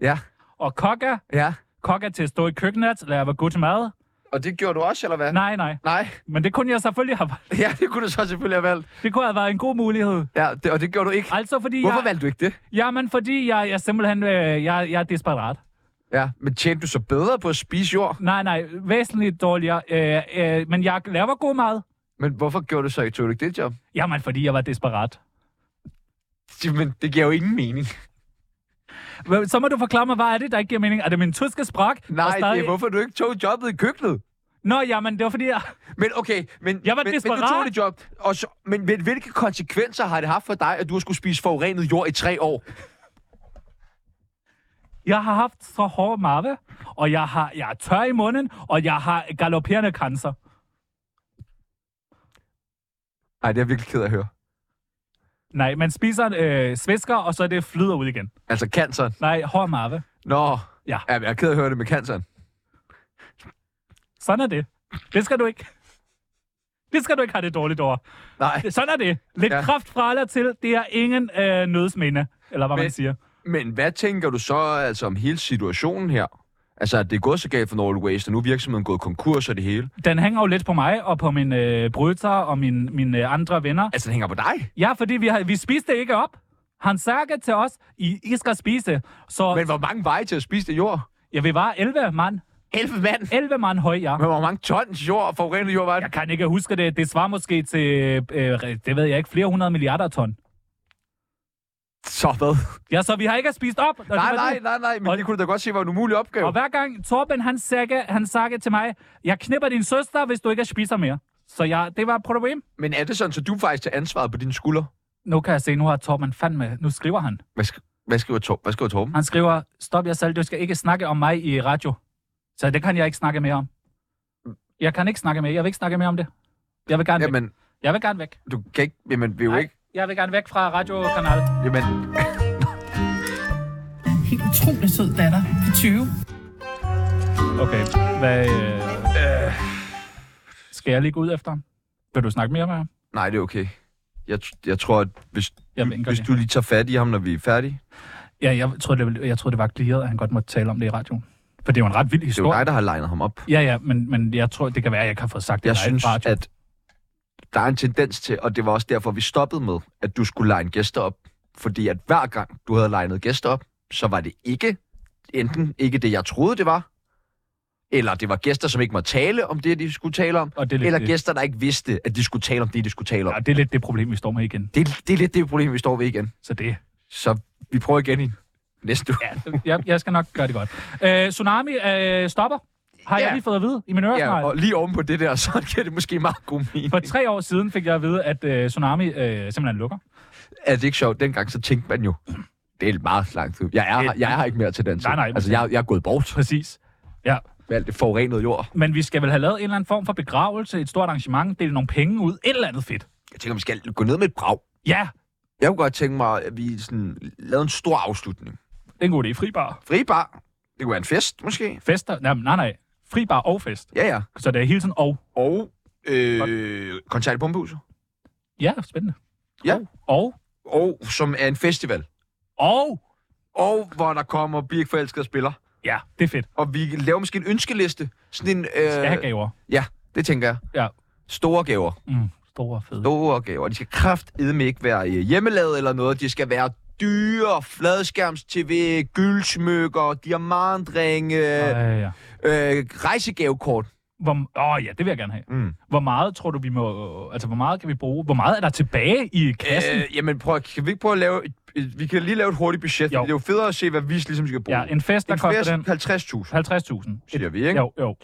Speaker 2: Ja,
Speaker 1: og kokker.
Speaker 2: ja.
Speaker 1: Kokker til at stå i køkkenet, lave god mad.
Speaker 2: Og det gjorde du også, eller hvad?
Speaker 1: Nej, nej.
Speaker 2: Nej.
Speaker 1: Men det kunne jeg selvfølgelig have valgt.
Speaker 2: Ja, det kunne du så selvfølgelig have valgt.
Speaker 1: Det kunne have været en god mulighed.
Speaker 2: Ja, det, og det gjorde du ikke.
Speaker 1: Altså fordi
Speaker 2: Hvorfor
Speaker 1: jeg...
Speaker 2: valgte du ikke det?
Speaker 1: Jamen, fordi jeg, jeg simpelthen øh, jeg, jeg er desperat.
Speaker 2: Ja, men tjente du så bedre på at spise jord?
Speaker 1: Nej, nej, væsentligt dårligere. Øh, øh, men jeg laver god mad.
Speaker 2: Men hvorfor gjorde du så ikke, tog du ikke det job?
Speaker 1: Jamen, fordi jeg var desperat.
Speaker 2: Men det giver jo ingen mening.
Speaker 1: Hvad- Så må du forklare mig, hvad er det, der ikke giver mening? Er det min tyske sprak?
Speaker 2: Nej, det er hvorfor du ikke tog jobbet i køkkenet.
Speaker 1: Nå, jamen, det var fordi, jeg...
Speaker 2: Men okay, men,
Speaker 1: Jeg var
Speaker 2: men, men du
Speaker 1: desperat.
Speaker 2: tog det job. Og så, men, men hvilke konsekvenser har det haft for dig, at du har skulle spise forurenet jord i tre år?
Speaker 1: Jeg har haft så hård mave, og jeg, har, jeg er tør i munden, og jeg har galopperende cancer.
Speaker 2: Nej, det er jeg virkelig ked af at høre.
Speaker 1: Nej, man spiser øh, svisker, og så er det flyder ud igen.
Speaker 2: Altså canceren.
Speaker 1: Nej, hård mave.
Speaker 2: Nå,
Speaker 1: Ja.
Speaker 2: ja. jeg er ked af at høre det med canceren.
Speaker 1: Sådan er det. Det skal du ikke. Det skal du ikke have det dårligt over.
Speaker 2: Nej.
Speaker 1: Sådan er det. Lidt
Speaker 2: Ja.
Speaker 1: ja. kraft fra eller til, det er ingen øh, nødsminde, eller hvad Men...
Speaker 2: Men-
Speaker 1: man siger.
Speaker 2: Men hvad tænker du så altså om hele situationen her? Altså, at det er gået så galt for Nordic Waste, og nu er virksomheden gået konkurs og det hele.
Speaker 1: Den hænger jo lidt på mig, og på min øh, bryder, og min, mine øh, andre venner.
Speaker 2: Altså, den hænger på dig?
Speaker 1: Ja, fordi vi, har, vi spiste ikke op. Han sagde til os, I, I skal spise. Så
Speaker 2: Men hvor mange veje til at spise det jord?
Speaker 1: ja, vi var 11 mand.
Speaker 2: 11 mand?
Speaker 1: 11 mand høj, ja.
Speaker 2: Men hvor mange tons jord og forurenet jord var det?
Speaker 1: Jeg kan ikke huske det. Det svarer måske til, øh, det ved jeg ikke, flere hundrede milliarder ton.
Speaker 2: Så hvad?
Speaker 1: Ja, så vi har ikke spist op. og det
Speaker 2: Nej,
Speaker 1: var
Speaker 2: nej,
Speaker 1: det.
Speaker 2: nej, nej, men
Speaker 1: Og-
Speaker 2: det kunne du da godt se var en umulig opgave.
Speaker 1: Og hver gang Torben, han sagde, han sagde til mig, jeg knipper din søster, hvis du ikke spiser mere. Så jeg, det var et problem.
Speaker 2: Men er det sådan, så du faktisk tager ansvaret på dine skuldre?
Speaker 1: Nu kan jeg se, nu har Torben fandme, nu skriver han.
Speaker 2: Hvad, sk- hvad skriver, Tor- hvad skriver Torben?
Speaker 1: Han skriver, stop jer selv, du skal ikke snakke om mig i radio. Så det kan jeg ikke snakke mere om. Jeg kan ikke snakke mere, jeg vil ikke snakke mere om det. Jeg vil gerne væk.
Speaker 2: Jamen,
Speaker 1: Jeg vil gerne væk.
Speaker 2: du kan ikke... Jamen, vi er jo
Speaker 1: Nej.
Speaker 2: ikke...
Speaker 1: Jeg vil gerne væk fra radiokanalen.
Speaker 2: Jamen,
Speaker 14: Helt utrolig sød datter på 20.
Speaker 1: Okay, hvad... Øh, øh, skal jeg lige gå ud efter ham? Vil du snakke mere med ham?
Speaker 2: nej, det er okay. Jeg, tr- jeg tror, at hvis,
Speaker 1: Jeg vinker
Speaker 2: hvis
Speaker 1: lige.
Speaker 2: du lige tager fat i ham, når vi er færdige...
Speaker 1: Ja, jeg troede, det, ville- jeg troede, det var clearet, at han godt måtte tale om det i radioen. For det er jo en ret vild
Speaker 2: Det er jo
Speaker 1: historie.
Speaker 2: dig, der har legnet ham op.
Speaker 1: Ja, ja, men, men jeg tror, det kan være, at jeg ikke har fået sagt det
Speaker 2: Jeg
Speaker 1: live i
Speaker 2: synes,
Speaker 1: radioen.
Speaker 2: at der er en tendens til, og det var også derfor, vi stoppede med, at du skulle legne gæster op. Fordi at hver gang, du havde legnet gæster op, så var det ikke enten ikke det, jeg troede, det var, eller det var gæster, som ikke måtte tale om det, de skulle tale om,
Speaker 1: Og det er lidt
Speaker 2: eller
Speaker 1: det.
Speaker 2: gæster, der ikke vidste, at de skulle tale om det, de skulle tale om.
Speaker 1: Ja, det er lidt det problem, vi står med igen.
Speaker 2: Det, det er lidt det problem, vi står ved igen.
Speaker 1: Så det...
Speaker 2: Så vi prøver igen i næste uge. Ja,
Speaker 1: Jeg, jeg skal nok gøre det godt. Øh, tsunami øh, stopper. Har jeg
Speaker 2: Ja.
Speaker 1: lige fået at vide i min øresnegl.
Speaker 2: ja og lige oven på det der, så giver det måske meget god mening.
Speaker 1: For tre år siden fik jeg at vide, at øh, Tsunami øh, simpelthen lukker.
Speaker 2: Er det ikke sjovt? Dengang så tænkte man jo, det er meget langt ud. Jeg er, her- jeg er her ikke mere til den tid.
Speaker 1: Nej, nej, men-
Speaker 2: Altså, jeg, jeg er gået bort
Speaker 1: Præcis. Ja,
Speaker 2: med alt det forurenede jord.
Speaker 1: men vi skal vel have lavet en eller anden form for begravelse, et stort arrangement, dele nogle penge ud, et eller andet fedt.
Speaker 2: Jeg tænker, vi skal gå ned med et brag.
Speaker 1: Ja,
Speaker 2: Jeg kunne godt tænke mig, at vi sådan, lavede en stor afslutning.
Speaker 1: det er en god idé. Fribar.
Speaker 2: Fribar. Det kunne være en fest, måske.
Speaker 1: Fester. Nej, nej, nej. Fribar og fest.
Speaker 2: Ja, ja.
Speaker 1: Så det er hele tiden og.
Speaker 2: Og øh, koncert i Pumpehuset.
Speaker 1: Ja, spændende.
Speaker 2: Ja.
Speaker 1: Og. Og.
Speaker 2: Og som er en festival.
Speaker 1: og.
Speaker 2: Og hvor der kommer Birk Forelskede og spiller.
Speaker 1: Ja, det er fedt.
Speaker 2: Og vi laver måske en ønskeliste. Sådan en... Øh,
Speaker 1: Skal have gaver.
Speaker 2: Ja, det tænker jeg.
Speaker 1: Ja.
Speaker 2: Store gaver.
Speaker 1: Mm, store fede.
Speaker 2: Store gaver. De skal kraftedme ikke være øh, hjemmelavet eller noget. De skal være dyre, fladskærms-tv, gyldsmykker, diamantringe,
Speaker 1: Ja,
Speaker 2: øh,
Speaker 1: ja, ja.
Speaker 2: rejsegavekort.
Speaker 1: Hvor, åh, ja, det vil jeg gerne have.
Speaker 2: Mm.
Speaker 1: Hvor meget tror du, vi må... Altså, hvor meget kan vi bruge? Hvor meget er der tilbage i kassen?
Speaker 2: Øh, jamen prøv, at- kan vi ikke prøve at lave... Et, et, vi kan lige lave et hurtigt budget. Jo.
Speaker 1: Jo.
Speaker 2: Det er jo federe at se, hvad vi ligesom skal bruge.
Speaker 1: ja, en fest, der
Speaker 2: en
Speaker 1: koster
Speaker 2: fest,
Speaker 1: den
Speaker 2: 50.000,
Speaker 1: 50.000.
Speaker 2: siger vi, ikke?
Speaker 1: Jo, jo.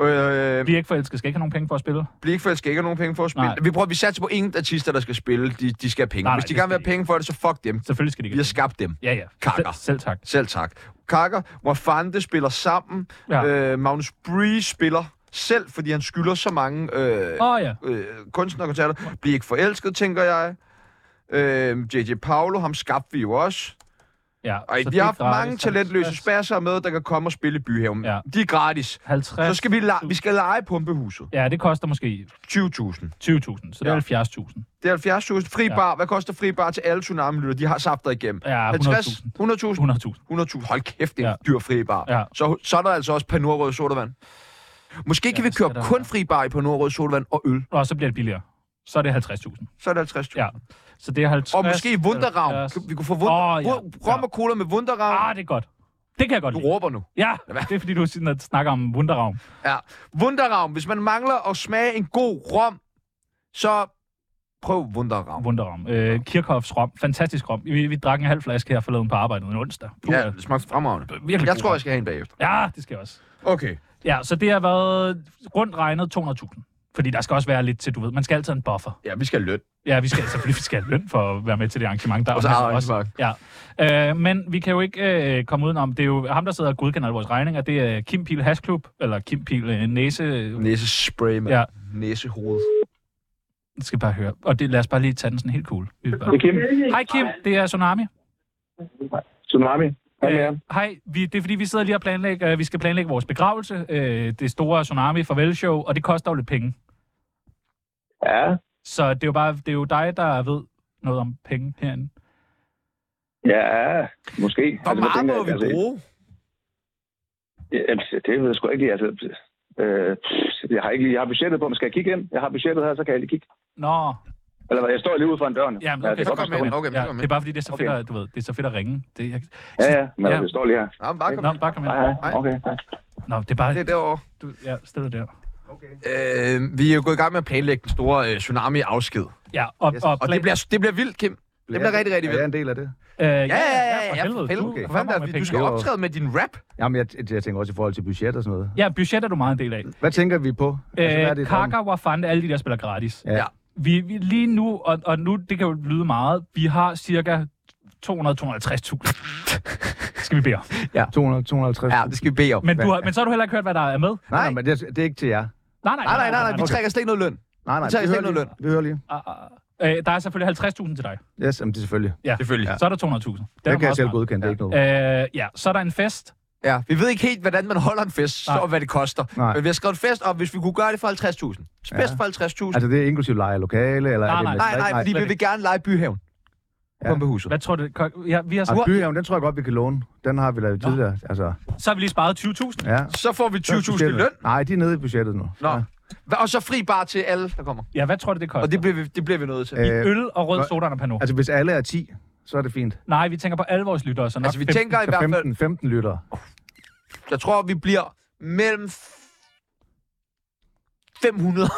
Speaker 2: Øh,
Speaker 1: Bliver ikke forelsket, skal ikke have nogen penge for at spille.
Speaker 2: Blikfeldt skal ikke have nogen penge for at spille.
Speaker 1: Nej.
Speaker 2: Vi prøver, vi satser på ingen artister, der skal spille. De, de skal have penge.
Speaker 1: Nej, nej,
Speaker 2: Hvis de
Speaker 1: det
Speaker 2: gerne vil have
Speaker 1: skal de
Speaker 2: penge for det, så fuck dem.
Speaker 1: Selvfølgelig skal de
Speaker 2: Vi har skabt dem.
Speaker 1: Ja, ja.
Speaker 2: Kakker.
Speaker 1: Selv, selv tak.
Speaker 2: Selv tak. Kakker, hvor Fante spiller sammen.
Speaker 1: Ja.
Speaker 2: Øh, Magnus Bree spiller selv, fordi han skylder så mange øh,
Speaker 1: Åh, ja.
Speaker 2: øh, kunstnerkoncerter. Bliv ikke forelsket, tænker jeg. Øh, J.J. Paolo, ham skabte vi jo også.
Speaker 1: ja.
Speaker 2: Og
Speaker 1: så det
Speaker 2: vi
Speaker 1: er
Speaker 2: har haft
Speaker 1: gratis.
Speaker 2: mange talentløse spasser med, der kan komme og spille i Byhaven.
Speaker 1: Ja.
Speaker 2: De er gratis.
Speaker 1: 50.
Speaker 2: Så skal vi, la- vi skal lege pumpehuset.
Speaker 1: Ja, det koster måske
Speaker 2: 20.000.
Speaker 1: 20.000, så det
Speaker 2: Ja.
Speaker 1: er 70.000.
Speaker 2: Det er 70.000. Fri
Speaker 1: Ja.
Speaker 2: bar. Hvad koster fri bar til alle tsunami-lytter? De har safter igennem.
Speaker 1: Ja,
Speaker 2: 50,
Speaker 1: 100.000.
Speaker 2: 100.000,
Speaker 1: 100.000.
Speaker 2: 100.000. Hold kæft, det er en
Speaker 1: Ja.
Speaker 2: dyr fri bar.
Speaker 1: Ja.
Speaker 2: Så, så er der altså også panorød sodavand. Måske kan
Speaker 1: Ja,
Speaker 2: vi
Speaker 1: det
Speaker 2: købe
Speaker 1: skal der
Speaker 2: kun
Speaker 1: være.
Speaker 2: fri bar i panorød sodavand og øl.
Speaker 1: Og så bliver det billigere. Så er det 50.000.
Speaker 2: Så er det 50.000.
Speaker 1: Ja. Så det er 50.
Speaker 2: Og måske Wunderraum. Kan- Vi kunne få wunder...
Speaker 1: Åh,
Speaker 2: oh,
Speaker 1: ja.
Speaker 2: ja. rom og cola med Wunderraum.
Speaker 1: Ah, det er godt. Det kan jeg godt
Speaker 2: Du
Speaker 1: lide.
Speaker 2: råber nu.
Speaker 1: Ja, det er fordi, du sådan, at snakker om Wunderraum.
Speaker 2: Ja. Wunderraum. Hvis man mangler at smage en god rom Så prøv Wunderraum.
Speaker 1: Wunderraum. Øh, Kirchhoffs rom. Fantastisk rom. Vi, vi drak en halv flaske her forleden på arbejdet en onsdag.
Speaker 2: Du, ja, det smagte fremragende.
Speaker 1: Virkelig
Speaker 2: jeg
Speaker 1: god
Speaker 2: tror,
Speaker 1: rom.
Speaker 2: jeg skal have en bagefter.
Speaker 1: Ja, det skal jeg også.
Speaker 2: Okay.
Speaker 1: Ja, så det har været rundt regnet 200.000. Fordi der skal også være lidt til, du ved, man skal altid have en buffer.
Speaker 2: Ja, vi skal have løn.
Speaker 1: Ja, vi skal selvfølgelig vi skal have løn for at være med til det arrangement. Der er
Speaker 2: Og så
Speaker 1: masser
Speaker 2: arbejde,
Speaker 1: af os.
Speaker 2: Mark.
Speaker 1: Ja. Øh, men vi kan jo ikke øh, komme udenom, det er jo ham, der sidder og godkender alle vores regninger, det er Kim Pil Hasklub, eller Kim Pil øh, Næse...
Speaker 2: Næsespray, mand.
Speaker 1: Ja.
Speaker 2: Næsehoved.
Speaker 1: Det skal vi bare høre. Og det, lad os bare lige tage den sådan helt cool. Vi vil bare...
Speaker 10: Det er Kim.
Speaker 1: Hej Kim, det er Tsunami. Øh,
Speaker 10: Tsunami. Hej med jer.
Speaker 1: Hej, vi, det er fordi, vi sidder lige og planlægger, øh, vi skal planlægge vores begravelse, øh, det store Tsunami farvel-show, og det koster jo lidt penge.
Speaker 10: Ja,
Speaker 1: Så det er jo bare det er jo dig, der ved noget om penge herinde.
Speaker 10: ja, måske. Hvor altså, meget må vi altså, bruge? Det ved jeg sgu ikke lige. Altså, øh, pff, jeg, har ikke lige, jeg har budgettet på, men skal jeg kigge ind? Jeg har budgettet her, så kan jeg lige kigge.
Speaker 1: Nå,
Speaker 10: Eller hvad, jeg står lige ude foran døren.
Speaker 1: Jamen, okay,
Speaker 10: det er
Speaker 1: så
Speaker 10: godt,
Speaker 1: kom
Speaker 10: man
Speaker 1: med.
Speaker 10: står-
Speaker 1: ja, det er bare fordi, det er så fedt,
Speaker 10: Okay.
Speaker 1: at, du ved, det er så fedt at ringe. Det, jeg,
Speaker 10: Ja, ja, men det står lige her.
Speaker 2: Nå, men bare
Speaker 1: Nå, men bare kom ind.
Speaker 10: Hej, okay.
Speaker 1: Nå, det er bare...
Speaker 2: Det er derovre.
Speaker 1: Du, ja, sted der.
Speaker 2: Øh, vi er jo gået i gang med at planlægge den store øh, tsunami-afsked.
Speaker 1: Ja, og,
Speaker 2: Yes.
Speaker 1: og,
Speaker 2: Og det bliver, det bliver vildt, Kim. Det bliver rigtig, rigtig
Speaker 16: Er jeg
Speaker 2: vildt.
Speaker 16: en del af det?
Speaker 1: Øh, ja,
Speaker 2: ja, ja, ja, for
Speaker 16: helvede.
Speaker 2: helvede.
Speaker 16: Okay.
Speaker 2: Du, for fanden, da, du skal optræde med din rap.
Speaker 16: Jamen, jeg, jeg tænker også i forhold til budget og sådan noget.
Speaker 1: Ja, budget er du meget en del af.
Speaker 16: Hvad tænker vi på? Altså, hvad er
Speaker 1: Øh,
Speaker 16: det,
Speaker 1: Kaka, Wafanda, alle de der spiller gratis.
Speaker 16: Ja.
Speaker 1: Vi, vi, lige nu, og, og nu, det kan jo lyde meget, vi har cirka 200-250.000. skal vi bede om.
Speaker 16: Ja. 200, 250.
Speaker 2: Ja, det skal vi bede om.
Speaker 1: Men, du har, men så har du heller ikke hørt, hvad der er med.
Speaker 16: Nej, nej, men det, er- det er ikke til jer.
Speaker 1: Nej, nej,
Speaker 2: Nej, nej, nej, nej, vi
Speaker 1: okay.
Speaker 2: trækker slet ikke noget løn.
Speaker 16: Nej, nej,
Speaker 2: Vi tager
Speaker 16: vi
Speaker 2: slet
Speaker 16: hører
Speaker 2: ikke
Speaker 16: lige.
Speaker 2: noget
Speaker 16: Vi hører lige.
Speaker 1: Øh, der er selvfølgelig 50.000 til dig.
Speaker 16: Yes, jamen, det er selvfølgelig.
Speaker 1: Ja.
Speaker 2: Selvfølgelig.
Speaker 1: Så er der 200.000.
Speaker 16: Det
Speaker 1: er
Speaker 16: kan jeg
Speaker 1: meget
Speaker 16: selv
Speaker 1: smart.
Speaker 16: godkende, det er ikke noget.
Speaker 1: Øh, ja, så er der en fest.
Speaker 2: Ja, vi ved ikke helt, hvordan man holder en fest, så, og hvad det koster.
Speaker 16: Nej.
Speaker 2: Men vi har skrevet en fest, og hvis vi kunne gøre det for 50.000. Så Bedst
Speaker 16: Ja.
Speaker 2: for 50.000.
Speaker 16: Altså, det er inklusiv leje af lokale, eller er
Speaker 2: Nej,
Speaker 16: det
Speaker 2: nej,
Speaker 16: med-
Speaker 2: nej, nej, fordi vi vil gerne lege byhaven. Pumpehuset.
Speaker 1: Hvad tror du? ko- Ja, vi har
Speaker 16: Altså, byhaven, den tror jeg godt, vi kan låne. Den har vi lavet tidligere. Altså,
Speaker 1: Så har vi lige sparet 20.000.
Speaker 16: ja.
Speaker 2: Så får vi 20.000 i løn.
Speaker 16: Nej, de er nede i budgettet nu.
Speaker 2: Nå. Hva- Og så fri bar til alle, der kommer.
Speaker 1: Ja, hvad tror du, det koster?
Speaker 2: Og det bliver vi, det bliver vi nødt til.
Speaker 16: Øh,
Speaker 1: Øl og rød
Speaker 16: Nå,
Speaker 1: soda og pano.
Speaker 16: Altså, hvis alle er 10, så er det fint.
Speaker 1: Nej, vi tænker på alle vores lyttere, så nok
Speaker 2: Altså, vi
Speaker 1: 15.
Speaker 2: tænker i
Speaker 16: Så
Speaker 2: hvert fald,
Speaker 16: 15, 15 lyttere.
Speaker 2: jeg tror, vi bliver mellem f- 500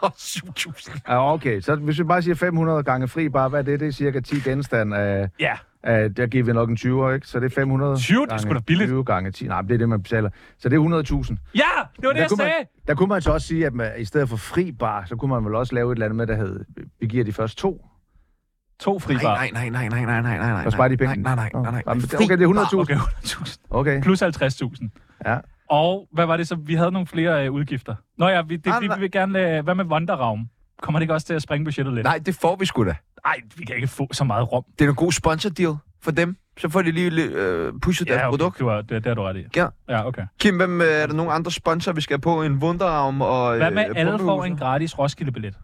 Speaker 2: og 7.000.
Speaker 16: Ja, okay. Så hvis vi bare siger 500 gange fri, bare hvad er det? Det er cirka 10 genstand af...
Speaker 1: Ja.
Speaker 16: af der giver vi nok en 20'er, ikke? Så det er 500
Speaker 1: 20, det er
Speaker 16: gange,
Speaker 1: sgu da billigt.
Speaker 16: 20 gange 10. Nej, men det er det, man betaler. Så det er 100.000.
Speaker 1: Ja, det var det, jeg
Speaker 16: kunne
Speaker 1: sagde!
Speaker 16: man, der kunne man så også sige, at man, i stedet for fri bar, så kunne man vel også lave et eller andet med, der hed, vi giver de første to.
Speaker 1: To fri bar.
Speaker 2: Nej, nej, nej, nej, nej, nej, nej, nej.
Speaker 16: Så sparer de penge.
Speaker 2: Nej, nej, nej, nej, nej.
Speaker 16: Nå, men det- Okay, det er 100.000.
Speaker 1: Okay, 100.000.
Speaker 16: Okay.
Speaker 1: Plus 50.000.
Speaker 16: Ja.
Speaker 1: Og hvad var det så? Vi havde nogle flere øh, udgifter. Nå ja, vi, det, vi, vi vil gerne... Øh, hvad med Wonderraum? Kommer det ikke også til at springe budgettet lidt?
Speaker 2: Nej, det får vi sgu da.
Speaker 1: Nej, vi kan ikke få så meget rum.
Speaker 2: Det er en god sponsordeal for dem. Så får de lige lidt, øh, pushet deres
Speaker 1: okay,
Speaker 2: produkt.
Speaker 1: Du har, det, det har du ret i.
Speaker 2: Ja.
Speaker 1: Ja, okay.
Speaker 2: Kim, hvem, øh, er der nogen andre sponsorer, vi skal have på? En Wunderarm og... øh,
Speaker 1: Hvad med alle får
Speaker 2: Pumpehuset?
Speaker 1: en gratis Roskilde-billet?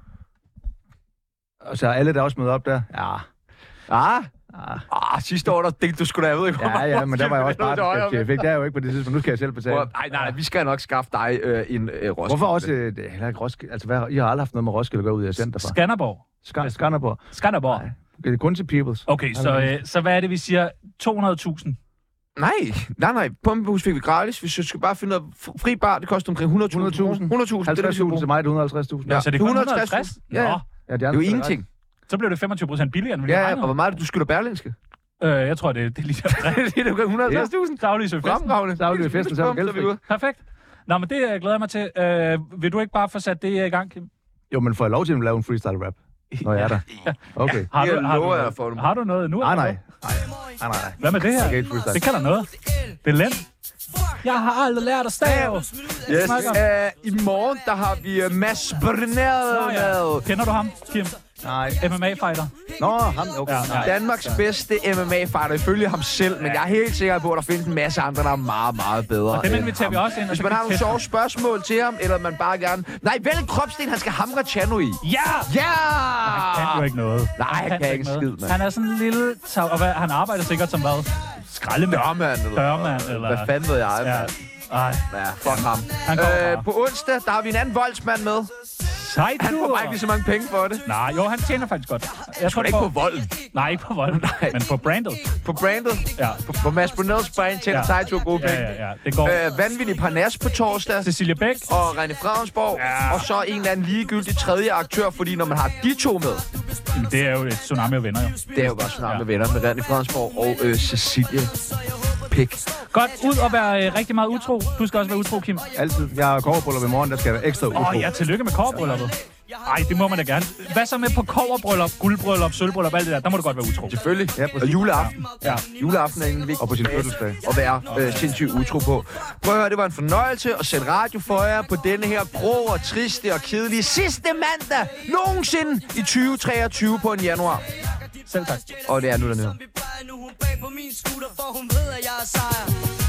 Speaker 16: Og så er alle, der også møder op der. Ja. Ah,
Speaker 2: Ah, sidste år, der dækte du sgu da, jeg ved ikke, hvor
Speaker 16: ja,
Speaker 2: meget
Speaker 16: ja, men der var jeg også
Speaker 2: Roskilde-billet til højre,
Speaker 16: bare øh, jeg fik. Det er jeg jo ikke på det tidspunkt. Nu skal jeg selv betale.
Speaker 2: Prøv, nej, nej, vi skal nok skaffe dig øh, en øh, Roskilde.
Speaker 16: Hvorfor også... Øh, det er heller ikke Roskilde. Altså, hvad, I har aldrig haft noget med Roskilde at gøre ud af center for.
Speaker 1: Skanderborg.
Speaker 16: Skan- Skanderborg.
Speaker 1: Skanderborg.
Speaker 16: Det er kun til Peoples.
Speaker 1: Okay, så,
Speaker 16: Okay.
Speaker 1: øh, så hvad er det, vi siger? 200.000.
Speaker 2: Nej, nej, nej. Pumpehus fik vi gratis. Vi skal bare finde noget fr- fri bar. Det koster omkring 100.000. 100.000. 100.000. det er det, vi skal
Speaker 16: 50.000 til
Speaker 2: bruge.
Speaker 16: mig, det er 150.000.
Speaker 2: Ja,
Speaker 1: Så det Altså, er kun 150?
Speaker 2: Ja, ja.
Speaker 1: Nå,
Speaker 16: Ja,
Speaker 2: Det er jo ingenting.
Speaker 1: så blev det 25 procent billigere, end vi lige
Speaker 2: Ja, ja,
Speaker 1: regnede med.
Speaker 2: og hvor meget er det, du skylder Berlingske?
Speaker 1: Øh, jeg tror, det, det er lige der.
Speaker 2: det er jo kun 150.000.
Speaker 1: Daglig søg festen.
Speaker 2: Fremragende.
Speaker 16: Daglig festen, så er du
Speaker 2: Bum, så er vi
Speaker 16: gældfri.
Speaker 2: ude.
Speaker 1: Perfekt. Nå, men det øh, glæder jeg mig til. Øh, vil du ikke bare få sat det øh, i gang, Kim?
Speaker 16: Jo, men får jeg lov til at lave en freestyle rap? Når jeg er der. Okay.
Speaker 1: Har
Speaker 2: Det
Speaker 1: du, har,
Speaker 2: lover
Speaker 1: du,
Speaker 2: jeg for dig.
Speaker 1: har du noget nu?
Speaker 16: Nej,
Speaker 1: eller
Speaker 16: nej.
Speaker 1: hvad?
Speaker 16: Nej, nej, nej.
Speaker 1: Hvad med det her?
Speaker 16: Jeg kan ikke freestyle.
Speaker 1: Det kalder noget. Det er Lem. Jeg har aldrig lært at stave.
Speaker 2: Yes. Uh, I morgen, der har vi uh, Mads Brunel med.
Speaker 1: Kender du ham, Kim?
Speaker 16: Nej.
Speaker 1: MMA-fighter.
Speaker 16: Nå, ham, okay.
Speaker 1: Ja, ja.
Speaker 2: Danmarks bedste MMA-fighter, ifølge ham selv, men jeg er helt sikker på, at der findes en masse andre, der er meget, meget bedre.
Speaker 1: Og dem
Speaker 2: end
Speaker 1: inviterer vi
Speaker 2: ham.
Speaker 1: også ind, og så
Speaker 2: Hvis
Speaker 1: kan
Speaker 2: man
Speaker 1: vi
Speaker 2: har nogle
Speaker 1: teste
Speaker 2: sjove spørgsmål til ham, eller man bare gerne... Nej, vælg en kropsten, han skal hamre Chano i.
Speaker 1: Ja!
Speaker 2: Ja!
Speaker 1: Han kan jo ikke noget.
Speaker 2: Nej, han kan ikke en
Speaker 1: noget.
Speaker 2: skid, mand.
Speaker 1: Han er sådan en lille... tav- Og hvad, han arbejder sikkert som hvad? Skraldemand.
Speaker 2: Dørmand, eller-
Speaker 1: Dørmand, eller...
Speaker 2: Hvad fanden ved jeg,
Speaker 1: Ja.
Speaker 2: mand?
Speaker 1: Ej.
Speaker 2: Ja, fuck ham.
Speaker 1: Han kommer bare.
Speaker 2: Øh, på onsdag, der har vi en anden voldsmand med.
Speaker 1: Sejt,
Speaker 2: Han får bare ikke lige så mange penge for det.
Speaker 1: Nej, jo, han tjener faktisk godt. Jeg tror
Speaker 2: Sgu da ikke på volden.
Speaker 1: Nej, ikke på volden, men på brandet.
Speaker 2: På brandet?
Speaker 1: Ja.
Speaker 2: På, på Mads Brunels brand tjener
Speaker 1: Ja.
Speaker 2: Taito gode
Speaker 1: Ja,
Speaker 2: penge.
Speaker 1: ja, ja. Det går.
Speaker 2: Øh, vanvittig Parnas på torsdag.
Speaker 1: Cecilie Bæk.
Speaker 2: Og René Fravensborg. Ja. Og så en eller anden ligegyldig tredje aktør, fordi når man har de to med,
Speaker 1: Jamen, Det er jo et tsunami og venner, jo.
Speaker 2: det er jo bare snart ja. med venner med René Fravensborg og øh, Cecilie Pik.
Speaker 1: Godt, ud og være øh, rigtig meget utro. Du skal også være utro, Kim.
Speaker 16: Altid. Jeg har kårebryllup i morgen, der skal jeg være ekstra utro.
Speaker 1: Åh, oh, ja, tillykke med kårbrylluppet. Ej, det må man da gerne. Hvad så med på kårbryllup, guldbryllup, sølvbryllup, alt det der? Der må du godt være utro.
Speaker 2: Selvfølgelig. Ja,
Speaker 16: præcis.
Speaker 2: og juleaften.
Speaker 1: Ja.
Speaker 2: Juleaften er en vigtig
Speaker 16: Og på sin
Speaker 2: dag
Speaker 16: fødselsdag.
Speaker 2: At være øh, sindssygt utro på. Prøv at høre, det var en fornøjelse at sætte radio for jer på denne her grå og triste og kedelige sidste mandag nogensinde i 2023 på en januar.
Speaker 1: Selv tak.
Speaker 2: Og det er nu dernede.
Speaker 3: Som vi plejer nu hun bag på min scooter For hun ved at jeg er sejr